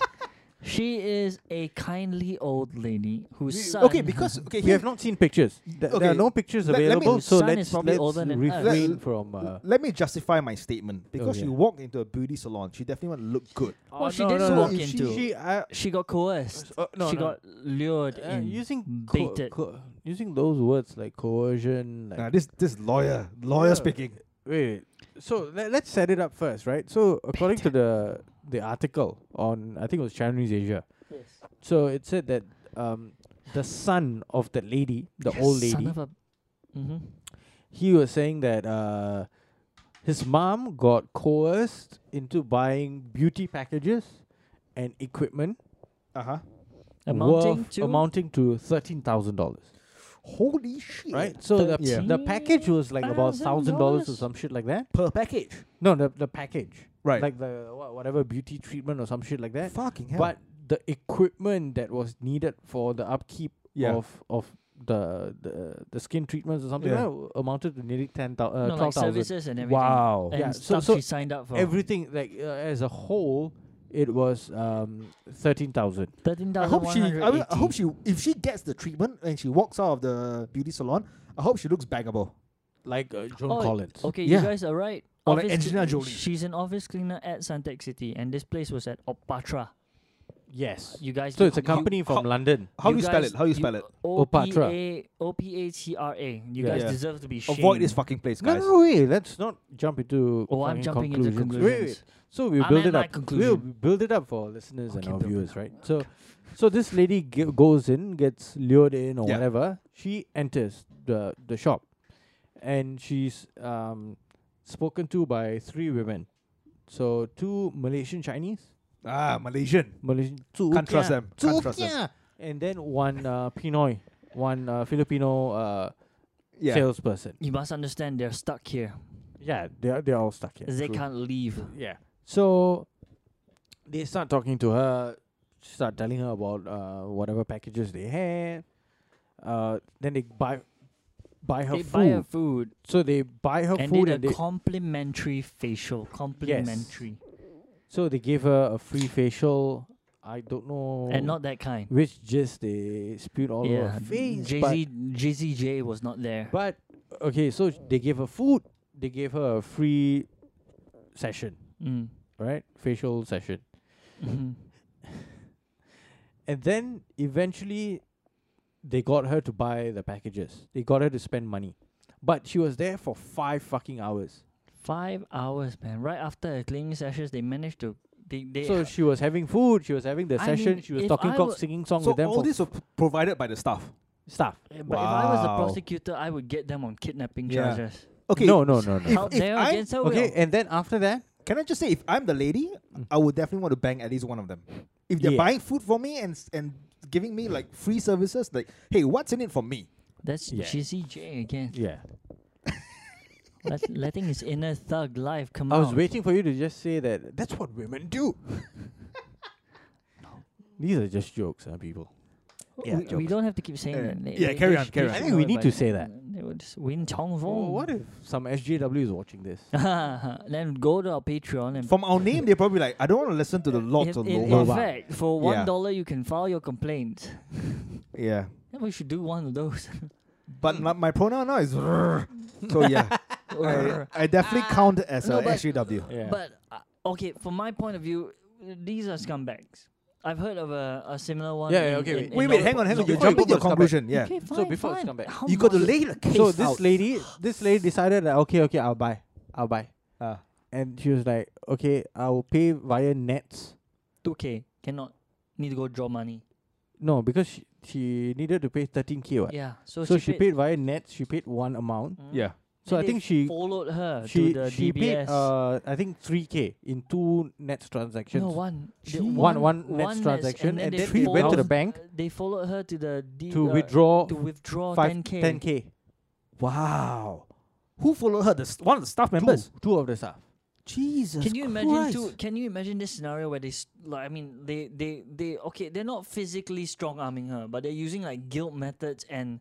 S3: She is a kindly old lady whose
S2: We-
S3: son.
S2: okay, because okay,
S1: We
S2: here,
S1: have not seen pictures. Th- There
S2: Okay.
S1: are no pictures
S2: Let- let me-
S1: available,
S2: His
S1: so
S3: son is
S1: let's,
S3: probably
S1: let's
S3: older than us.
S1: refrain
S2: Let-
S1: from. Uh,
S2: let me justify my
S3: Oh,
S2: statement because
S1: yeah.
S2: she walked into a beauty salon. She definitely want to look good.
S3: well,
S1: Oh,
S3: she didn't
S2: no,
S3: walk
S2: no, she-
S3: into. She,
S1: She, uh,
S3: got coerced.
S1: uh, no,
S3: she
S1: no.
S3: got lured
S1: Uh,
S3: in. mm.
S1: using co-
S3: baited.
S1: co- using those words like coercion. Like,
S2: Nah, this this lawyer lawyer
S1: Yeah.
S2: speaking.
S1: wait, so let, let's set it up first, right? So according to the the article on, I think it was Channel News Asia. So it said that um, the son of the lady, the old lady,
S3: Son of a. Mm-hmm.
S1: he was saying that uh, his mom got coerced into buying beauty packages and equipment
S2: Uh
S1: Uh-huh.
S2: huh.
S3: Amounting
S1: worth-
S3: to.
S1: amounting to thirteen thousand dollars.
S2: Holy shit!
S1: Right, so the,
S2: Yeah.
S1: the package was like about thousand dollars or
S3: $13,000?
S1: some shit like that.
S2: Per package.
S1: No, the the package,
S2: Right.
S1: Like the wha- whatever beauty treatment or some shit like that.
S2: fucking hell.
S1: But the equipment that was needed for the upkeep
S2: Yeah.
S1: of of the, the the skin treatments or something
S2: Yeah.
S1: like that amounted to nearly ten thousand, uh,
S3: no, like
S1: twelve thousand.
S3: services and everything.
S2: wow.
S3: And
S1: Yeah, so-
S3: stuff
S1: so
S3: she signed up for.
S1: everything like uh, as a whole it was um 13,000
S3: Thirteen
S2: I
S3: thousand
S2: hope
S3: one
S2: she.
S3: hundred
S2: I, mean,
S3: eighty.
S2: I hope she. If she gets the treatment and she walks out of the beauty salon, I hope she looks bangable.
S1: like uh, Joan
S3: Oh,
S1: Collins.
S3: Okay,
S2: Yeah.
S3: you guys are right.
S2: Or like
S3: Office cle-
S2: Angelina Jolie.
S3: She's an office cleaner at Suntec City, and this place was at Opatra.
S1: Yes.
S3: You guys.
S1: So
S3: did-
S1: it's a
S3: you-
S1: company from
S2: how-
S1: London.
S2: How do you spell
S3: guys-
S2: it? How do you spell it?
S3: O P
S1: Opatra.
S3: A O P A T R A. You
S1: Yeah.
S3: guys
S2: Yeah.
S3: deserve to be shamed.
S2: Avoid this fucking place,
S1: No,
S2: guys.
S1: no, wait. Let's not jump into
S3: Oh, I'm
S1: fucking
S3: jumping into
S1: conclusions. Wait, wait.
S3: conclusions.
S1: So we'll
S3: I'm
S1: build
S3: at
S1: it
S3: my
S1: up. We'll
S3: conclusion.
S1: build it up for our listeners
S3: Okay,
S1: and our
S3: build it
S1: viewers, right? So, so this lady g- goes in, gets lured in or
S2: Yeah.
S1: whatever. She enters the the shop, and she's um spoken to by three women. So two Malaysian Chinese,
S2: Ah, Malaysian.
S1: Malaysian, two
S2: Can't trust
S1: kia,
S2: them. Can't trust them.
S1: kia, and then one uh, Pinoy, one uh, Filipino uh,
S2: Yeah.
S1: salesperson.
S3: You must understand. They're stuck here.
S1: Yeah, they're they're all stuck here.
S3: they
S1: True.
S3: can't leave.
S1: Yeah. So they start talking to her, start telling her about uh, whatever packages they had. Uh, then they buy buy her
S3: they
S1: food.
S3: buy her food
S1: so they buy her
S3: and
S1: food
S3: did a
S1: and they,
S3: complimentary facial. Complimentary
S1: so they gave her a free facial. I don't know
S3: and not that kind.
S1: which just they spewed all over
S3: yeah,
S1: her face. but-
S3: Jay-Z, JZJ was not there.
S1: But okay, so they gave her food. They gave her a free session,
S3: mm.
S1: right? Facial session.
S3: Mhm.
S1: And then eventually they got her to buy the packages. They got her to spend money. But she was there for five fucking hours.
S3: Five hours, man. Right after her cleaning sessions, they managed to. They, they
S1: So she was having food, she was having the
S3: I
S1: session,
S3: mean,
S1: she was
S3: if
S1: talking
S3: I
S1: cock,
S3: were-
S1: singing songs
S2: So
S1: with them
S2: all
S1: for
S2: this was p- provided by the staff.
S1: stuff.
S3: Eh, But if I was a
S2: Wow.
S3: prosecutor, I would get them on kidnapping
S2: Yeah.
S3: charges.
S2: Okay.
S1: No, no, no,
S2: If-
S1: no.
S3: Out
S2: if
S3: there
S2: I- eh,
S3: against her
S1: okay,
S3: will.
S1: and then after that,
S2: Can I just say, if I'm the lady, I would definitely want to bang at least one of them. If they're
S1: Yeah.
S2: buying food for me and s- and giving me like free services, like hey, what's in it for me?
S3: That's
S1: Yeah.
S3: GCJ again.
S1: yeah.
S3: Let, letting his inner thug life come
S1: I
S3: out.
S1: was waiting for you to just say that that's what women do. These are just jokes, huh, people.
S3: We-
S1: Yeah,
S3: we,
S1: jokes.
S3: don't have to keep saying
S2: Yeah.
S3: that. They-
S2: Uh, Yeah,
S3: they-
S2: carry
S3: they
S2: on,
S3: sh-
S2: carry
S3: they
S2: on.
S1: I
S3: should
S1: think we
S3: know
S1: need
S3: by
S1: to
S3: now.
S1: say that.
S3: They would just win Chong
S1: Well,
S3: Fong.
S1: what if some SJW is watching this?
S3: then go to our Patreon and
S2: From our name, they're probably like, I don't want to listen to the lots
S3: in,
S2: of
S3: in,
S2: low
S3: in
S1: Loba.
S3: fact, for
S2: Yeah.
S3: one dollar you can file your complaint.
S2: Yeah,
S3: Then we should do one of those.
S2: but
S3: Hmm.
S2: my, my pronoun now is. so yeah, I, I definitely count as
S3: No,
S2: a
S3: but-
S2: SJW.
S1: Yeah.
S3: But uh, okay, from my point of view, these are scumbags. I've heard of a, a similar one.
S1: Yeah, yeah,
S3: in-
S1: okay,
S3: in-
S1: wait.
S3: in
S2: Wait, wait,
S3: Nor-
S2: hang on, hang
S1: So
S2: on. You're
S1: before
S2: jumping
S1: you
S2: to a
S1: go to
S2: conclusion. Yeah,
S3: Okay, fine,
S1: before it's
S3: fine.
S1: come back.
S3: How
S2: you got to
S3: much-
S2: lay the case
S1: so this
S2: out.
S1: lady this lady decided that okay okay i'll buy i'll buy
S2: Ah.
S1: and she was like okay i'll pay via nets
S3: 2k cannot need to go draw money
S1: no because she, she needed to pay 13k what?
S3: yeah so,
S1: so, she, paid, via nets she paid one amount
S3: Mm.
S2: yeah,
S1: so
S3: Then
S1: i
S3: they
S1: think she
S3: followed her
S1: she
S3: to the
S1: she
S3: DBS
S1: paid uh i think 3k in two nets transactions
S3: no one
S1: she-
S3: The
S1: one- one nets
S3: nets,
S1: transaction, and
S3: they
S1: then she went to the
S3: followed-
S1: bank
S3: they followed her to the D,
S1: to
S3: uh,
S1: withdraw
S3: to withdraw
S1: five,
S3: 10k
S1: 10k
S2: Wow. Who followed her? The st- one of the staff members.
S1: Two, two of the staff
S2: Jesus.
S3: can you imagine
S2: Christ.
S3: too, can you imagine this scenario where they s- like, I mean they they they okay they're not physically strong arming her but they're using like guilt methods and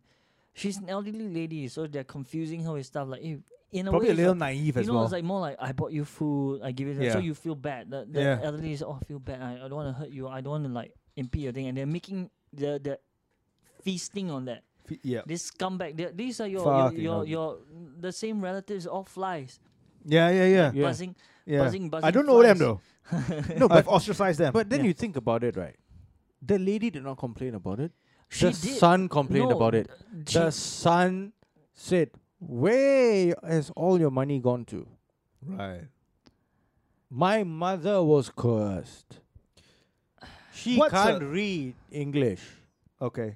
S3: she's an elderly lady so they're confusing her with stuff like hey in a
S2: Probably
S3: way,
S2: a
S3: it's
S2: little
S3: like-
S2: naive
S3: you
S2: as
S3: know,
S2: well.
S3: it's like more like I bought you food, I give you, that, so
S2: Yeah.
S3: you feel bad. The, the
S2: Yeah.
S3: elderly is oh, I feel bad. I, I don't want to hurt you. I don't want to like impede your thing, and they're making the the feasting on that.
S2: F- yeah.
S3: This scumbag. they're- These are your your,
S2: Fucking hell,
S3: your,
S2: dude.
S3: your the same relatives all flies
S2: yeah, yeah, yeah,
S1: Yeah.
S3: buzzing.
S2: yeah.
S3: buzzing-
S2: I
S3: buzzing
S2: don't know them
S3: flies.
S2: though.
S1: No,
S2: I've
S1: but
S2: ostracized them.
S1: but then
S3: Yeah.
S1: you think about it, right? The lady did not complain about it.
S3: She
S1: the
S3: did.
S1: son complained
S3: no,
S1: about it.
S3: She,
S1: the son said, "Where has all your money gone to?"
S2: right.
S1: My mother was cursed. She
S2: What's
S1: can't
S2: a-
S1: read English.
S2: Okay.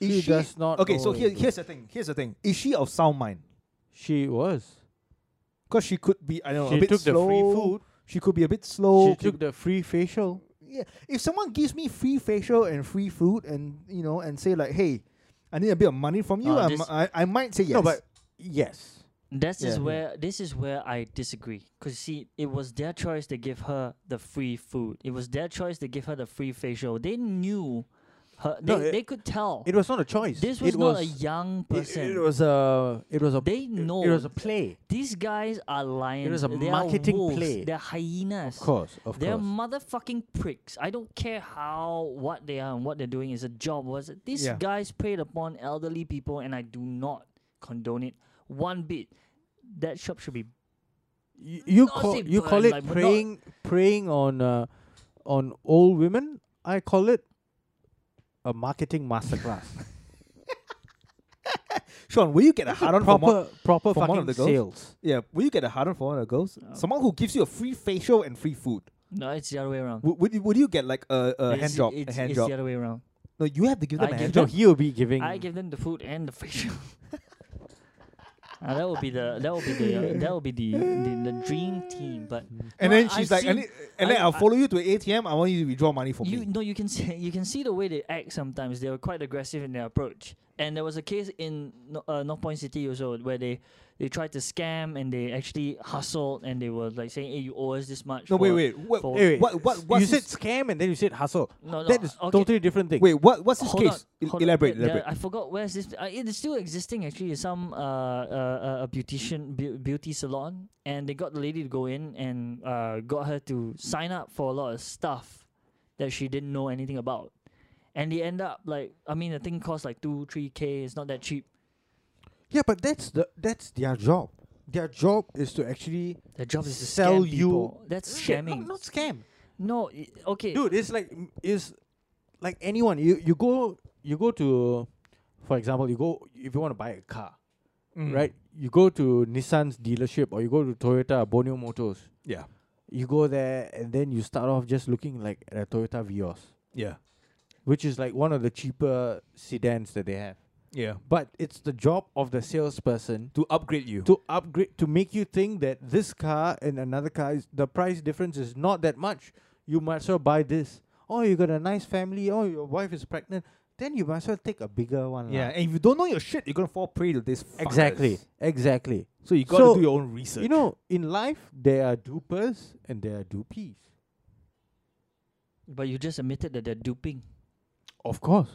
S2: Is
S1: She,
S2: she-
S1: does not.
S2: Okay. So
S1: know
S2: here,
S1: English.
S2: here's the thing. Here's the thing. Is she of sound mind?
S1: she was.
S2: Because she could be. I don't know.
S1: She
S2: a bit
S1: took
S2: slow.
S1: the free food.
S2: She could be a bit slow.
S1: she took the free facial.
S2: yeah. If someone gives me free facial and free fruit and you know and say like, hey, I need a bit of money from you,
S3: Uh,
S2: I'm-
S3: this-
S2: I I might say yes.
S1: No, but yes,
S3: this is
S2: Yeah.
S3: where this is where I disagree. Cause see, it was their choice to give her the free food. It was their choice to give her the free facial. They knew her. They,
S1: No, it-
S3: they could tell.
S1: it was not a choice.
S3: this was
S1: it
S3: not
S1: was
S3: a young
S1: it-
S3: person.
S1: It, was a. It was a.
S3: They
S1: it-
S3: know
S1: It, was a play.
S3: These guys are lions.
S1: a
S3: they
S1: marketing
S3: are wolves.
S1: play.
S3: They're hyenas.
S1: Of course, of
S3: they're
S1: course.
S3: motherfucking pricks. I don't care how what they are and what they're doing is a job. Was it? These
S2: Yeah.
S3: guys preyed upon elderly people, and I do not condone it one bit. That shop should be
S1: you you
S3: not
S1: call
S3: say
S1: you
S3: burn,
S1: call it
S3: like, but not-
S1: preying preying on uh, on old women. I call it a marketing masterclass.
S2: Sean, will you get a hard on for
S1: proper
S2: one-
S1: proper
S2: from one
S1: fucking
S2: of the girls?
S1: sales.
S2: Yeah, will you get a hard on for one of the girls?
S3: No.
S2: Someone who gives you a free facial and free food.
S3: no. It's the other way around.
S2: Would would you, would you get like a, a
S3: it's,
S2: hand job? A
S3: It's,
S2: hand
S3: it's
S2: job?
S3: the other way around.
S2: No, you have to give
S3: I
S2: them a
S3: give
S2: hand
S1: No,
S3: them-
S2: job.
S1: he will be giving.
S3: I give them the food and the facial. Ah, that would be the that would be the uh, that would be the, the, the dream team. But
S2: And
S3: No,
S2: then
S3: I-
S2: she's
S3: I've
S2: like, I
S3: seen-
S2: need, and then
S3: I-
S2: I'll
S3: I-
S2: follow you to an ATM. I want you to withdraw money for
S3: you
S2: me.
S3: no, you can see you can see the way they act sometimes. They were quite aggressive in their approach. And there was a case in No- uh, North Point City also where they they tried to scam and they actually hustled and they were like saying, "Hey, you owe us this much."
S2: No, wait,
S3: for-"
S2: wait. What,
S3: for-
S1: Hey, wait.
S2: what, what, what's
S1: you said
S2: his-
S1: scam and then you said hustle.
S3: No, no,
S1: that is
S3: okay.
S1: totally different thing.
S2: wait, what, what's his
S3: Hold
S2: case?
S3: on,
S2: El-
S3: hold on.
S2: elaborate,
S3: There-
S2: elaborate.
S3: I forgot where's this. Uh, it is still existing actually. It's Some uh, uh, uh, a beautician beau- beauty salon, and they got the lady to go in and uh, got her to sign up for a lot of stuff that she didn't know anything about, and they end up like I mean the thing costs like two three k. It's not that cheap.
S1: Yeah, but that's the that's their job. Their job is to actually
S3: Their job is to
S1: Sell
S3: scam
S1: you-
S3: people. That's
S1: Shit,
S3: scamming.
S1: Not, not scam,
S3: No, i- okay.
S1: dude. It's like is like anyone. You you go you go to, for example, you go if you want to buy a car,
S2: Hmm. Mm.
S1: right? You go to Nissan's dealership or you go to Toyota Borneo Motors.
S2: Yeah.
S1: You go there and then you start off just looking like at a Toyota Vios,
S2: Yeah.
S1: which is like one of the cheaper sedans that they have.
S2: Yeah.
S3: Uh,
S1: But it's the job of the salesperson
S2: To upgrade you.
S1: to upgrade to make you think that this car and another car is the price difference is not that much. You might as well buy this. Oh, you got a nice family. Oh, your wife is pregnant. Then you might as well take a bigger one.
S2: yeah.
S1: lah.
S2: And if you don't know your shit, you're going to fall prey to this. fuckers.
S1: exactly, exactly.
S2: So you got to
S1: So,
S2: do your own research.
S1: You know, in life there are dupers and there are dupees.
S3: But you just admitted that they're duping.
S1: Of course.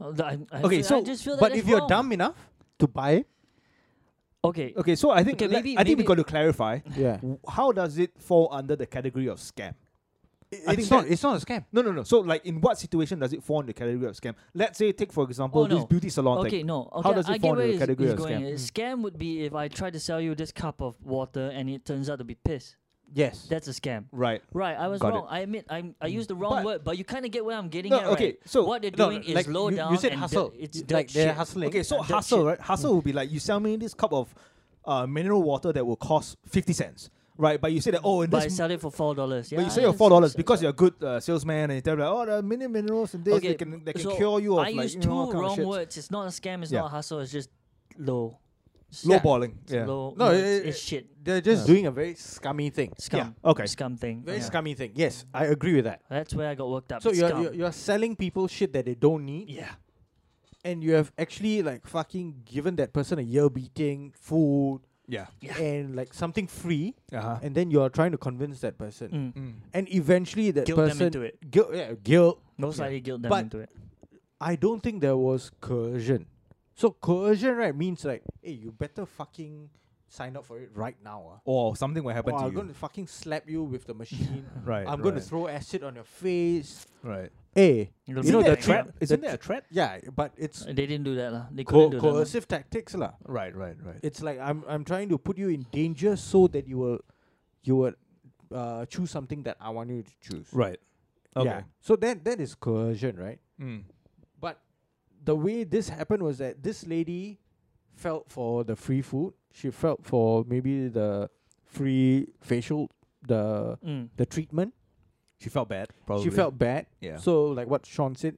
S3: Uh, th- I, I
S2: Okay,
S3: feel- I
S2: so-
S3: just feel that
S1: but
S3: that's
S1: if you're
S3: wrong.
S1: dumb enough to buy it,
S3: okay,
S2: Okay, so I think
S3: Okay,
S2: le-
S3: maybe-
S2: I think we
S3: maybe-
S2: got to clarify.
S1: yeah,
S2: w- How does it fall under the category of scam? think
S1: it's not.
S2: that-
S1: It's not a scam.
S2: No, no, no. So, like, in what situation does it fall in the category of scam? Let's say, take for example
S3: Oh,
S2: this
S3: no.
S2: beauty salon
S3: Okay,
S2: thing.
S3: no. Okay,
S2: How does it
S3: I
S2: fall
S3: get where
S2: into the
S3: it's-
S2: category
S3: it's
S2: of
S3: going.
S2: scam?
S3: A Scam would be if I try to sell you this cup of water and it turns out to be piss.
S1: Yes.
S3: That's a scam.
S2: Right.
S3: Right, I was
S2: Got it.
S3: wrong. I admit I'm, I used the wrong
S2: But-
S3: word, but you kind of get where I'm getting
S2: No,
S3: at. Right?
S2: okay, so-
S3: what they're
S1: No,
S3: doing
S1: no,
S3: is
S1: like
S3: low
S1: you-
S3: down.
S1: you said
S3: and dirt-
S1: hustle.
S3: it's dirt
S1: like they're
S3: shit.
S1: hustling.
S2: Okay, so
S3: That
S2: hustle,
S3: shit.
S2: right? Hustle would be like you sell me this cup of uh, mineral water that will cost fifty cents, right? But you say that oh, and
S3: But I
S2: this,
S3: sell it for four dollars. Yeah,
S2: but you say
S3: I-
S2: your four dollars
S3: so-
S2: because you're a good uh, salesman, and you tell them like, oh, there are many minerals and this
S3: Okay,
S2: they can they can
S3: so
S2: cure you of
S3: I
S2: like
S3: use
S2: you
S3: two
S2: know, all kind
S3: wrong
S2: of shit.
S3: words. It's not a scam. It's
S2: Yeah.
S3: not a hustle. It's just low. It's
S2: Low
S3: shit.
S2: balling,
S3: It's
S2: yeah.
S3: Low.
S1: No,
S3: No,
S1: it-
S3: it's, it's
S1: it-
S3: shit.
S1: They're just
S2: Yeah.
S1: doing a very scummy thing.
S3: Scum.
S2: okay.
S3: Scum thing.
S1: Very
S3: yeah.
S1: scummy thing. Yes, I agree with that.
S3: That's where I got worked up.
S1: So
S3: It's
S1: you're,
S3: scum.
S1: you're you're selling people shit that they don't need.
S3: yeah.
S1: and you have actually like fucking given that person a year beating, food,
S2: Yeah.
S3: Yeah.
S1: and like something free,
S2: Uh-huh.
S1: and then you are trying to convince that person,
S3: Mm.
S2: Mm.
S1: and eventually that
S3: Guilt them
S1: person
S3: into it.
S1: guilt, yeah, guilt.
S3: Most
S2: Yeah.
S3: likely guilt them
S1: But-
S3: into it.
S1: I don't think there was coercion. So coercion, right, means like, hey, you better fucking sign up for it right now. ah.
S2: or something will happen
S1: Or
S2: to
S1: I'm
S2: you.
S1: going to fucking slap you with the machine.
S2: right.
S1: I'm going to
S2: right,
S1: throw acid on your face.
S2: Right.
S1: Hey,
S3: It'll
S1: you
S3: be
S1: know
S3: like
S1: the
S3: that.
S1: trap?
S2: Isn't there a threat?
S1: Yeah, but it's
S3: Uh, They didn't do that lah. They
S1: co-
S3: couldn't do that.
S1: coercive tactics lah.
S2: Right. Right. Right.
S1: It's like I'm I'm trying to put you in danger so that you will you will uh, choose something that I want you to choose.
S2: right. Okay.
S1: Yeah. So that that is coercion, right?
S2: Mm.
S1: But the way this happened was that this lady felt for the free food. She felt for maybe the free facial the
S3: lah. Mm.
S1: the treatment.
S2: She felt bad. Probably.
S1: She felt bad.
S2: Yeah.
S1: So like what Sean said,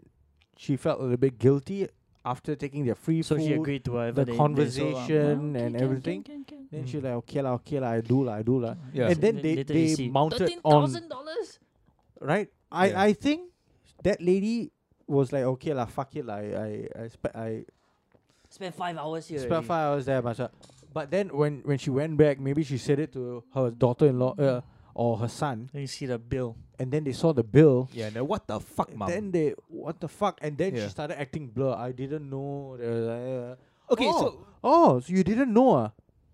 S1: she felt a little bit guilty after taking their free
S3: So
S1: food.
S3: she agreed to whatever
S1: the
S3: they- um, they sold lah.
S1: conversation
S3: Well,
S1: and
S3: can,
S1: everything.
S3: Can, can, can.
S1: Then she
S2: Mm.
S1: like okay lah, okay lah, I do lah, I do lah.
S2: Yeah.
S1: And then they
S3: Later you
S1: they
S3: see.
S1: mounted on
S3: dollars.
S1: right. I
S2: Yeah.
S1: I think that lady was like okay lah, fuck it lah. I I I, spe- I
S3: Spent five hours here.
S1: spent five hours there myself. But then when when she went back, maybe she said it to her daughter-in-law uh, or her son,
S3: Then you see the bill.
S1: and then they saw the bill.
S2: Yeah. Now what the fuck, mom?
S1: Then they what the fuck? And then
S2: Um. Yeah.
S1: she started acting blur. I didn't know. There was, uh,
S2: okay.
S1: oh,
S2: So
S1: oh, so you didn't know? ah?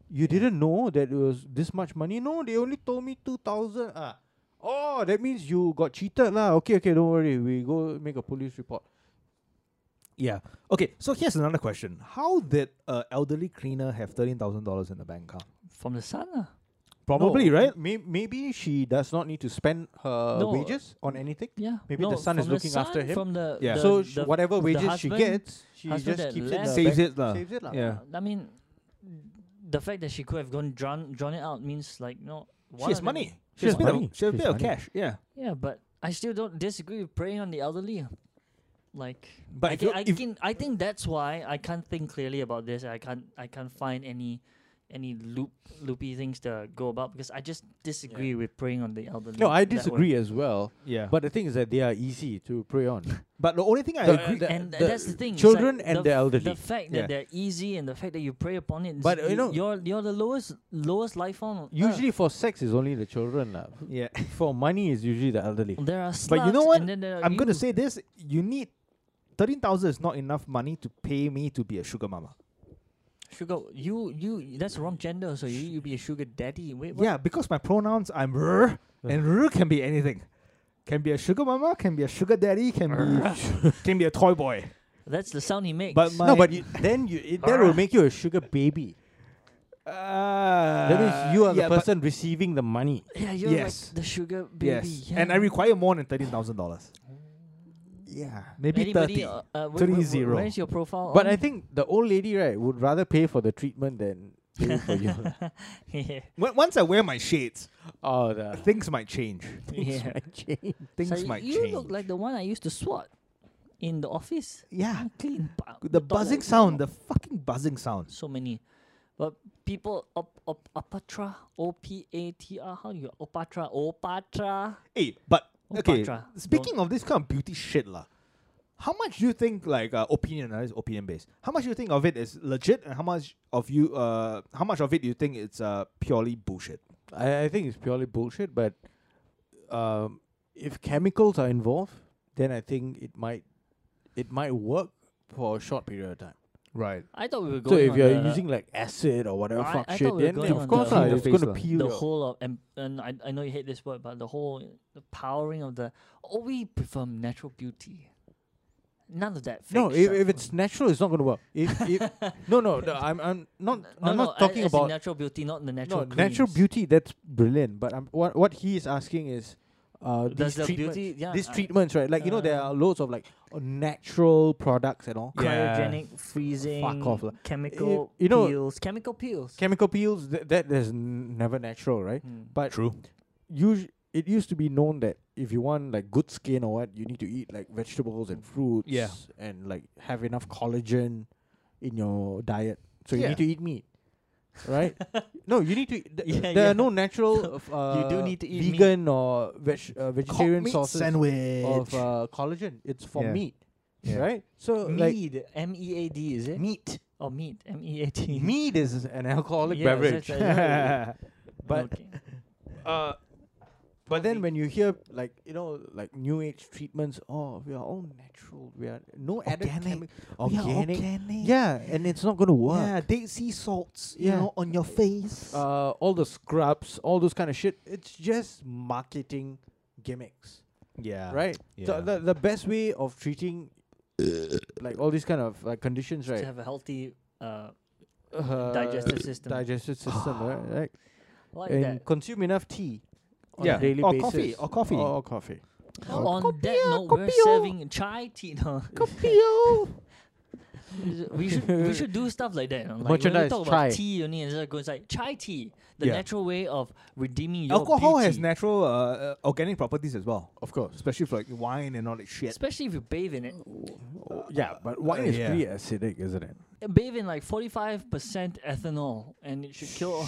S1: You didn't know that it was this much money? No, they only told me two thousand. Ah, oh, that means you got cheated lah. Okay, okay, don't worry. We go make a police report.
S2: yeah. Okay. So here's another question: How did a elderly cleaner have thirteen thousand dollars in the bank account?
S3: From the sun lah.
S2: Probably
S1: No,
S2: right.
S1: May- maybe she does not need to spend her
S3: No.
S1: wages on anything.
S3: Yeah.
S1: Maybe the
S3: No,
S1: son is
S3: from the
S1: looking after
S3: son,
S1: him.
S3: From the,
S2: Yeah.
S3: the-
S1: so sh-
S3: the-
S1: whatever
S3: the
S1: wages
S3: husband-
S1: she gets, she
S3: husband
S1: just
S3: that
S1: keeps it in
S3: left-
S1: her
S2: Saves
S1: bank-
S2: it lah.
S1: Saves it lah.
S2: Yeah.
S3: I mean, the fact that she could have gone drawn drawn it out means like no.
S2: She has
S3: one of them-
S2: money.
S1: She
S2: She has
S1: has
S2: a bit
S1: money.
S2: of she has a
S1: She
S2: bit
S1: has
S2: of
S1: money.
S2: cash. Yeah.
S3: Yeah, but I still don't disagree with preying on the elderly. ah. Like,
S2: But
S3: I
S2: if
S3: can,
S2: you-
S3: I,
S2: if-
S3: can, I think that's why I can't think clearly about this. I can't I can't find any any loop loopy things to go about because I just disagree with preying on the elderly.
S1: No, I
S3: that way.
S1: disagree as well.
S2: Yeah. But
S1: But the thing is that they are easy to prey on.
S2: but the only thing I
S1: The-
S2: agree.
S1: the-
S3: and
S1: the
S3: that's the thing. it's
S1: children
S3: like
S1: and
S3: the,
S1: the
S3: f-
S1: elderly.
S3: The fact
S2: Yeah.
S3: that they're easy and the fact that you prey upon it.
S1: But,
S3: it's-
S1: you know-
S3: you're you're the lowest lowest life form. on earth.
S1: Usually for sex is only the children lah.
S2: Yeah.
S1: For money is usually the elderly.
S3: there are
S2: But you know
S3: sluts
S2: what?
S3: and then there are
S2: I'm gonna
S3: you.
S2: say this: you need thirteen thousand is not enough money to pay me to be a sugar mama.
S3: sugar. You you that's wrong gender. So you you be a sugar daddy. Wait, what?
S2: Yeah, because my pronouns I'm r and r can be anything. Can be a sugar mama, can be a sugar daddy, can be can be a toy boy.
S3: That's the sound he makes.
S2: But my
S1: No, but you, then you it, that will make you a sugar baby.
S2: uh,
S1: That means you are
S2: yeah,
S1: the
S2: but-
S1: person receiving the money.
S3: yeah, you're
S2: yes.
S3: like the sugar baby.
S2: Yes,
S3: Yeah.
S2: and I require more than thirteen thousand dollars. Yeah, maybe
S3: Anybody,
S2: thirty.
S3: Uh, uh, wh-
S2: 30.
S3: wh- wh-
S2: Zero.
S3: Where's your profile?
S1: But
S3: on?
S1: I think the old lady right would rather pay for the treatment than pay for you.
S3: yeah.
S2: When- once I wear my shades,
S1: Oh, the
S2: things might change.
S3: yeah.
S2: Things
S3: so
S2: might
S3: you
S2: change.
S3: look like the one I used to swat in the office.
S2: yeah,
S3: Clean. pa-
S2: Ah, the
S3: toilet
S2: buzzing
S3: roll.
S2: sound, the fucking buzzing sound.
S3: so many. But people op op opatra o p a t r how do you opatra opatra
S2: Hey, but
S3: Oh,
S2: okay.
S3: Patra,
S2: Speaking of this kind of beauty shit, lah, how much do you think like uh, opinion? Uh, it's opinion based. How much do you think of it is legit, and how much of you, uh, how much of it do you think it's uh purely bullshit?
S1: I, I think it's purely bullshit, but um, if chemicals are involved, then I think it might it might work for a short period of time.
S2: Right.
S3: I thought we were
S1: So
S3: going.
S1: if
S3: on
S1: you're
S3: the-
S1: using like acid or whatever
S3: I-
S1: fuck
S3: I
S1: shit,
S3: thought we were
S1: then,
S3: going
S1: then
S3: on
S1: of course
S3: the-
S1: lah,
S2: the
S1: it's
S2: face
S1: gonna
S2: lah.
S1: peel.
S3: the
S1: your-
S3: whole of and, and I, I know you hate this word, but the whole the powering of the oh we prefer natural beauty. None of that. Fake
S1: no, if,
S3: stuff.
S1: if it's natural, it's not gonna work. If, if no, no, no, I'm I'm not
S3: no,
S1: I'm
S3: no,
S1: not
S3: I-
S1: talking
S3: as in
S1: about
S3: natural beauty, not the natural.
S1: no natural
S3: creams.
S1: beauty. That's brilliant, but I'm, what what he is asking is. Uh,
S3: Does
S1: these
S3: the
S1: treatments,
S3: beauty- yeah,
S1: these
S3: I-
S1: treatments, right? Like you know, there
S3: uh,
S1: are loads of like natural products and all.
S2: Yeah.
S3: Cryogenic freezing,
S1: off lah.
S3: chemical
S1: you know-
S3: peels, chemical peels.
S1: chemical peels th- that is n- never natural right
S3: Mm.
S1: but
S2: True.
S1: usu- it used to be known that if you want like good skin or what you need to eat like vegetables and fruits
S2: Yeah.
S1: and like have enough collagen in your diet so you
S2: Yeah.
S1: need to eat meat right no you need to eat- th-
S3: Yeah,
S1: there
S3: yeah.
S1: are no natural of, uh,
S3: You do need to eat meat.
S1: vegan or veg- uh, vegetarian
S2: meat
S1: sources
S2: sandwich.
S1: of uh, collagen it's for
S2: Yeah.
S1: meat
S2: Yeah.
S1: right so like
S3: Mead, M E A D, is it?
S1: meat
S3: Oh, meat, M E A T.
S1: meat is an alcoholic
S3: Yeah,
S1: beverage
S3: that's- that's right.
S1: but
S3: Okay.
S1: uh, But then
S3: probably-
S1: when you hear like you know like new age treatments, oh we are all natural, we are no added chemi-
S2: Organic. Organic.
S1: yeah, and it's not gonna work.
S2: Yeah, date sea salts,
S1: Yeah.
S2: you know, on your face.
S1: Uh, all the scrubs, all those kind of shit. It's just marketing gimmicks,
S2: yeah.
S1: right?
S2: yeah.
S1: The, the the best way of treating like all these kind of like conditions,
S3: to
S1: right?
S3: have a healthy uh,
S1: Uh,
S3: digestive system.
S1: digestive system, right? right?
S3: like
S1: and
S3: that.
S1: consume enough tea on
S2: yeah.
S1: a daily
S2: or
S1: basis.
S2: coffee. Or coffee.
S1: Or, or coffee.
S2: Oh,
S3: On that
S2: kopi-o,
S3: note, we're
S2: kopi-o.
S3: serving chai tea. No,
S2: Kopi-o.
S3: we should we should do stuff like that. you know, Like when we
S1: Merchandise,
S3: talk
S1: chai.
S3: about tea only, and just go inside chai tea, the
S2: Yeah.
S3: natural way of redeeming your
S2: Alcohol has
S3: beauty.
S2: natural uh, uh, organic properties as well,
S1: Of course.
S2: especially for like wine and all that shit.
S3: Especially if you bathe in it,
S1: yeah, but wine
S2: uh,
S1: is
S2: yeah.
S1: pretty acidic, isn't it?
S3: Uh, bathe in like forty five percent ethanol, and it should kill. all-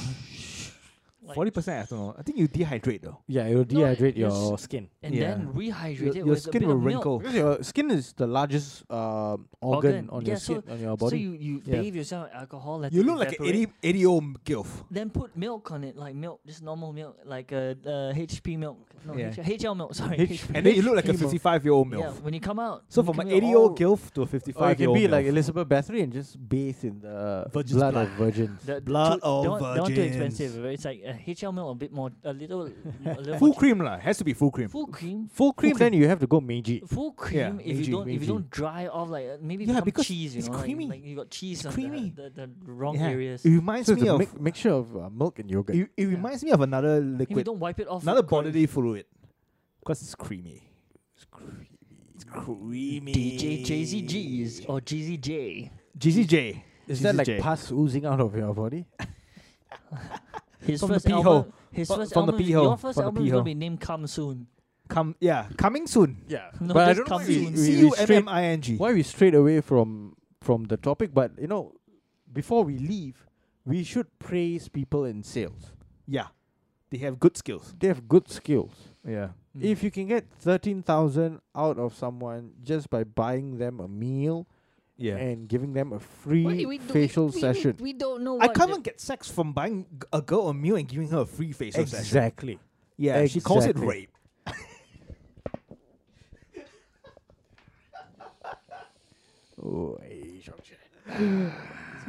S3: like-
S2: Forty percent ethanol. I think you dehydrate though.
S1: Yeah, it'll
S3: No, it-
S1: dehydrate
S3: your
S1: your
S3: s-
S1: skin.
S3: and
S2: Yeah.
S3: then rehydrate
S2: Your,
S3: it
S2: your
S3: with a
S2: skin
S3: bit
S2: will
S3: of milk.
S2: wrinkle.
S1: Because your skin is the largest um, Oh.
S3: Organ,
S1: organ, on
S3: yeah,
S1: your
S3: so-
S1: skin, on your
S3: So
S1: body.
S3: you, you
S1: Yeah.
S3: bathe yourself in alcohol. Let
S2: You
S3: it
S2: look like an
S3: evaporate.
S2: 80, 80 year old gilf.
S3: Then put milk on it, like milk, just normal milk, like a uh, HP milk. No,
S2: Yeah.
S3: H- HL milk. Sorry.
S1: H-
S3: HP.
S2: And then you look like a
S1: Female.
S2: 55 year old
S3: Yeah,
S2: MILF.
S3: when you come out.
S2: So
S3: you
S2: from
S3: come
S2: an
S3: out
S2: 80 year old
S3: all-
S2: gilf to a
S1: or you
S2: 55 year
S1: Oh, can
S2: old.
S1: be like Elizabeth Bathory and just bathe in the
S2: Virgin's
S1: blood
S2: blood.
S1: of virgins.
S3: the- the
S2: blood
S3: too- don't,
S2: of
S3: want- don't too
S2: virgins.
S3: expensive. right? It's like a HL milk, a bit more, a little, a little
S2: Full
S3: more-
S2: cream lah. Has to be full cream.
S3: full cream.
S1: Full cream, then you have to go Meiji.
S3: Full cream. if
S2: Meiji,
S3: you don't, if
S2: Meiji.
S3: you don't dry off, like uh, maybe
S2: Yeah,
S3: become
S2: because
S3: cheese. You
S2: it's
S3: know, like-
S2: creamy.
S3: Like, you got cheese
S2: It's
S3: on
S2: creamy.
S3: The, the, the wrong
S2: Yeah.
S3: areas.
S2: It
S3: If
S2: reminds
S1: So it's
S2: me
S1: a
S2: of.
S1: mi- mixture of uh, milk and yogurt.
S2: It, it reminds me of another
S3: you
S2: liquid,
S3: don't wipe it off,
S2: another
S3: it goes-
S2: bodily fluid, because it's creamy. It's creamy. It's creamy.
S3: DJ JZGs or GZJ.
S2: GZJ.
S1: Is that like
S2: GZJ.
S1: pus oozing out of your body?
S3: His
S2: From the
S3: first
S2: pee-hole.
S3: album. His
S2: Fro-
S3: first
S2: from the
S3: album.
S2: pee-hole.
S3: Your first
S2: From the
S3: album is gonna
S2: pee-hole.
S3: be named Come Soon.
S2: Come, yeah, coming soon.
S1: Yeah.
S3: No,
S1: but I
S3: just
S1: don't know
S3: come
S1: why
S3: soon.
S1: we, we,
S2: C
S1: we
S2: U M
S1: strayed-
S2: M I N G.
S1: why we strayed away from from the topic, but you know, before we leave, we should praise people in sales.
S2: Yeah, they have good skills.
S1: They have good skills.
S2: Yeah.
S3: Mm.
S1: If you can get thirteen thousand out of someone just by buying them a meal
S2: Yeah.
S1: and giving them a
S3: Why
S1: free
S3: do we do-
S1: facial
S3: we- we-
S1: session,
S3: We, don't know.
S2: I
S3: what
S2: can't
S3: the-
S2: even get sex from buying g- a girl a meal and giving her a free facial session.
S1: exactly.
S2: Yeah, she calls it
S1: Exactly.
S2: rape.
S1: Oh, eh, Shang Chi.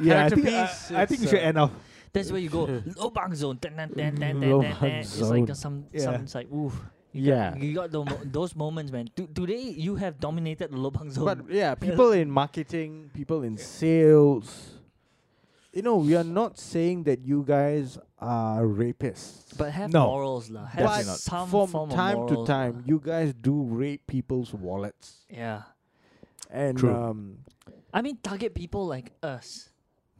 S2: Yeah, I
S1: Character
S2: think, I-
S1: piece,
S2: I, think we
S1: it's,
S2: should
S1: uh,
S2: end off.
S3: That's where you go. Lobang zone. Dun, dun, dun, dun, dun, dun,
S1: Lobang
S3: dun. It's like
S1: zone.
S3: a, some
S2: Yeah.
S3: some it's like oof. You
S1: Yeah.
S3: Got, you got the mo- those moments, man. To, today you have dominated the lobang zone.
S1: But yeah, people in marketing, people in sales. You know, we are not saying that you guys are rapists.
S3: But have
S2: No.
S3: morals lah. Have
S2: Definitely not.
S3: some
S1: from
S3: form
S1: time
S3: of
S1: to
S3: morals uh,
S1: time,
S3: lah.
S1: you guys do rape people's wallets.
S3: Yeah.
S1: And
S2: True.
S1: um,
S3: I mean, target people like us.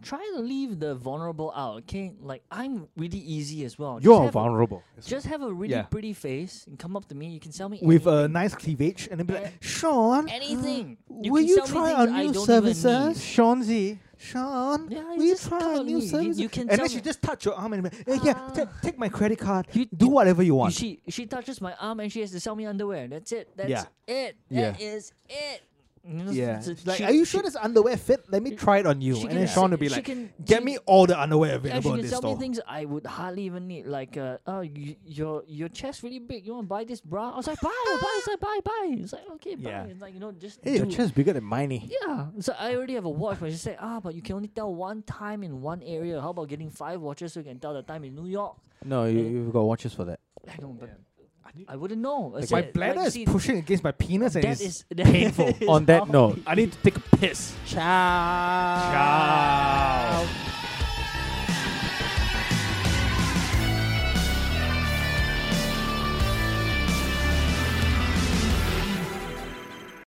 S3: Try to leave the vulnerable out, okay? Like I'm really easy as well. Just
S1: you're
S3: have a-
S1: vulnerable.
S3: Just have a really
S2: Yeah.
S3: pretty face and come up to me. You can sell me
S2: With a
S3: anything.
S2: nice cleavage and then be like,
S3: Eh,
S2: Sean,
S3: anything. You
S2: will
S3: can
S2: you
S3: sell me
S2: try
S3: things
S2: our
S3: I
S2: new
S3: don't even need.
S2: services?
S1: Sean Z.
S2: Sean,
S3: Yeah,
S2: will
S3: you
S2: you
S3: just come
S2: try our
S3: up
S2: new
S3: with- you-
S2: services?
S3: you can
S2: and
S3: tell
S2: then
S3: me-
S2: she just touch your arm and be like, "Eh, yeah, ta-
S3: Ah.
S2: take my credit card,
S3: You-
S2: do
S3: you-
S2: whatever you want.
S3: She she touches my arm and she has to sell me underwear. That's it. That's
S2: Yeah.
S3: it.
S2: Yeah.
S3: That is it. You know,
S2: yeah,
S3: it's- it's
S2: like,
S3: she-
S2: are you
S3: she-
S2: sure this underwear fit? Let me try it on you.
S3: she
S2: And
S3: can
S2: then
S3: se-
S2: Sean will be
S3: she
S2: like,
S3: can-
S2: "Get
S3: she-
S2: me all the underwear
S3: Yeah, she
S2: available in
S3: can
S2: this
S3: sell
S2: store."
S3: me things I would hardly even need, like uh, oh, y- your your chest really big. You want to buy this bra? I was like, buy, I'll buy, it's like buy, buy. It's like okay, buy.
S2: Yeah.
S3: It's like you know, just
S1: Hey, your
S3: do-
S1: chest bigger than mine.
S3: Yeah, so I already have a watch, but she said, ah, but you can only tell one time in one area. How about getting five watches so you can tell the time in New York?
S1: No, you, you've got watches for that.
S3: I don't, but I, I wouldn't know. I
S2: My
S3: said,
S2: bladder
S3: like,
S2: is
S3: see,
S2: pushing against my penis, and it's
S3: that is that painful.
S1: On that note,
S2: I need to take a piss.
S1: ciao.
S2: Ciao.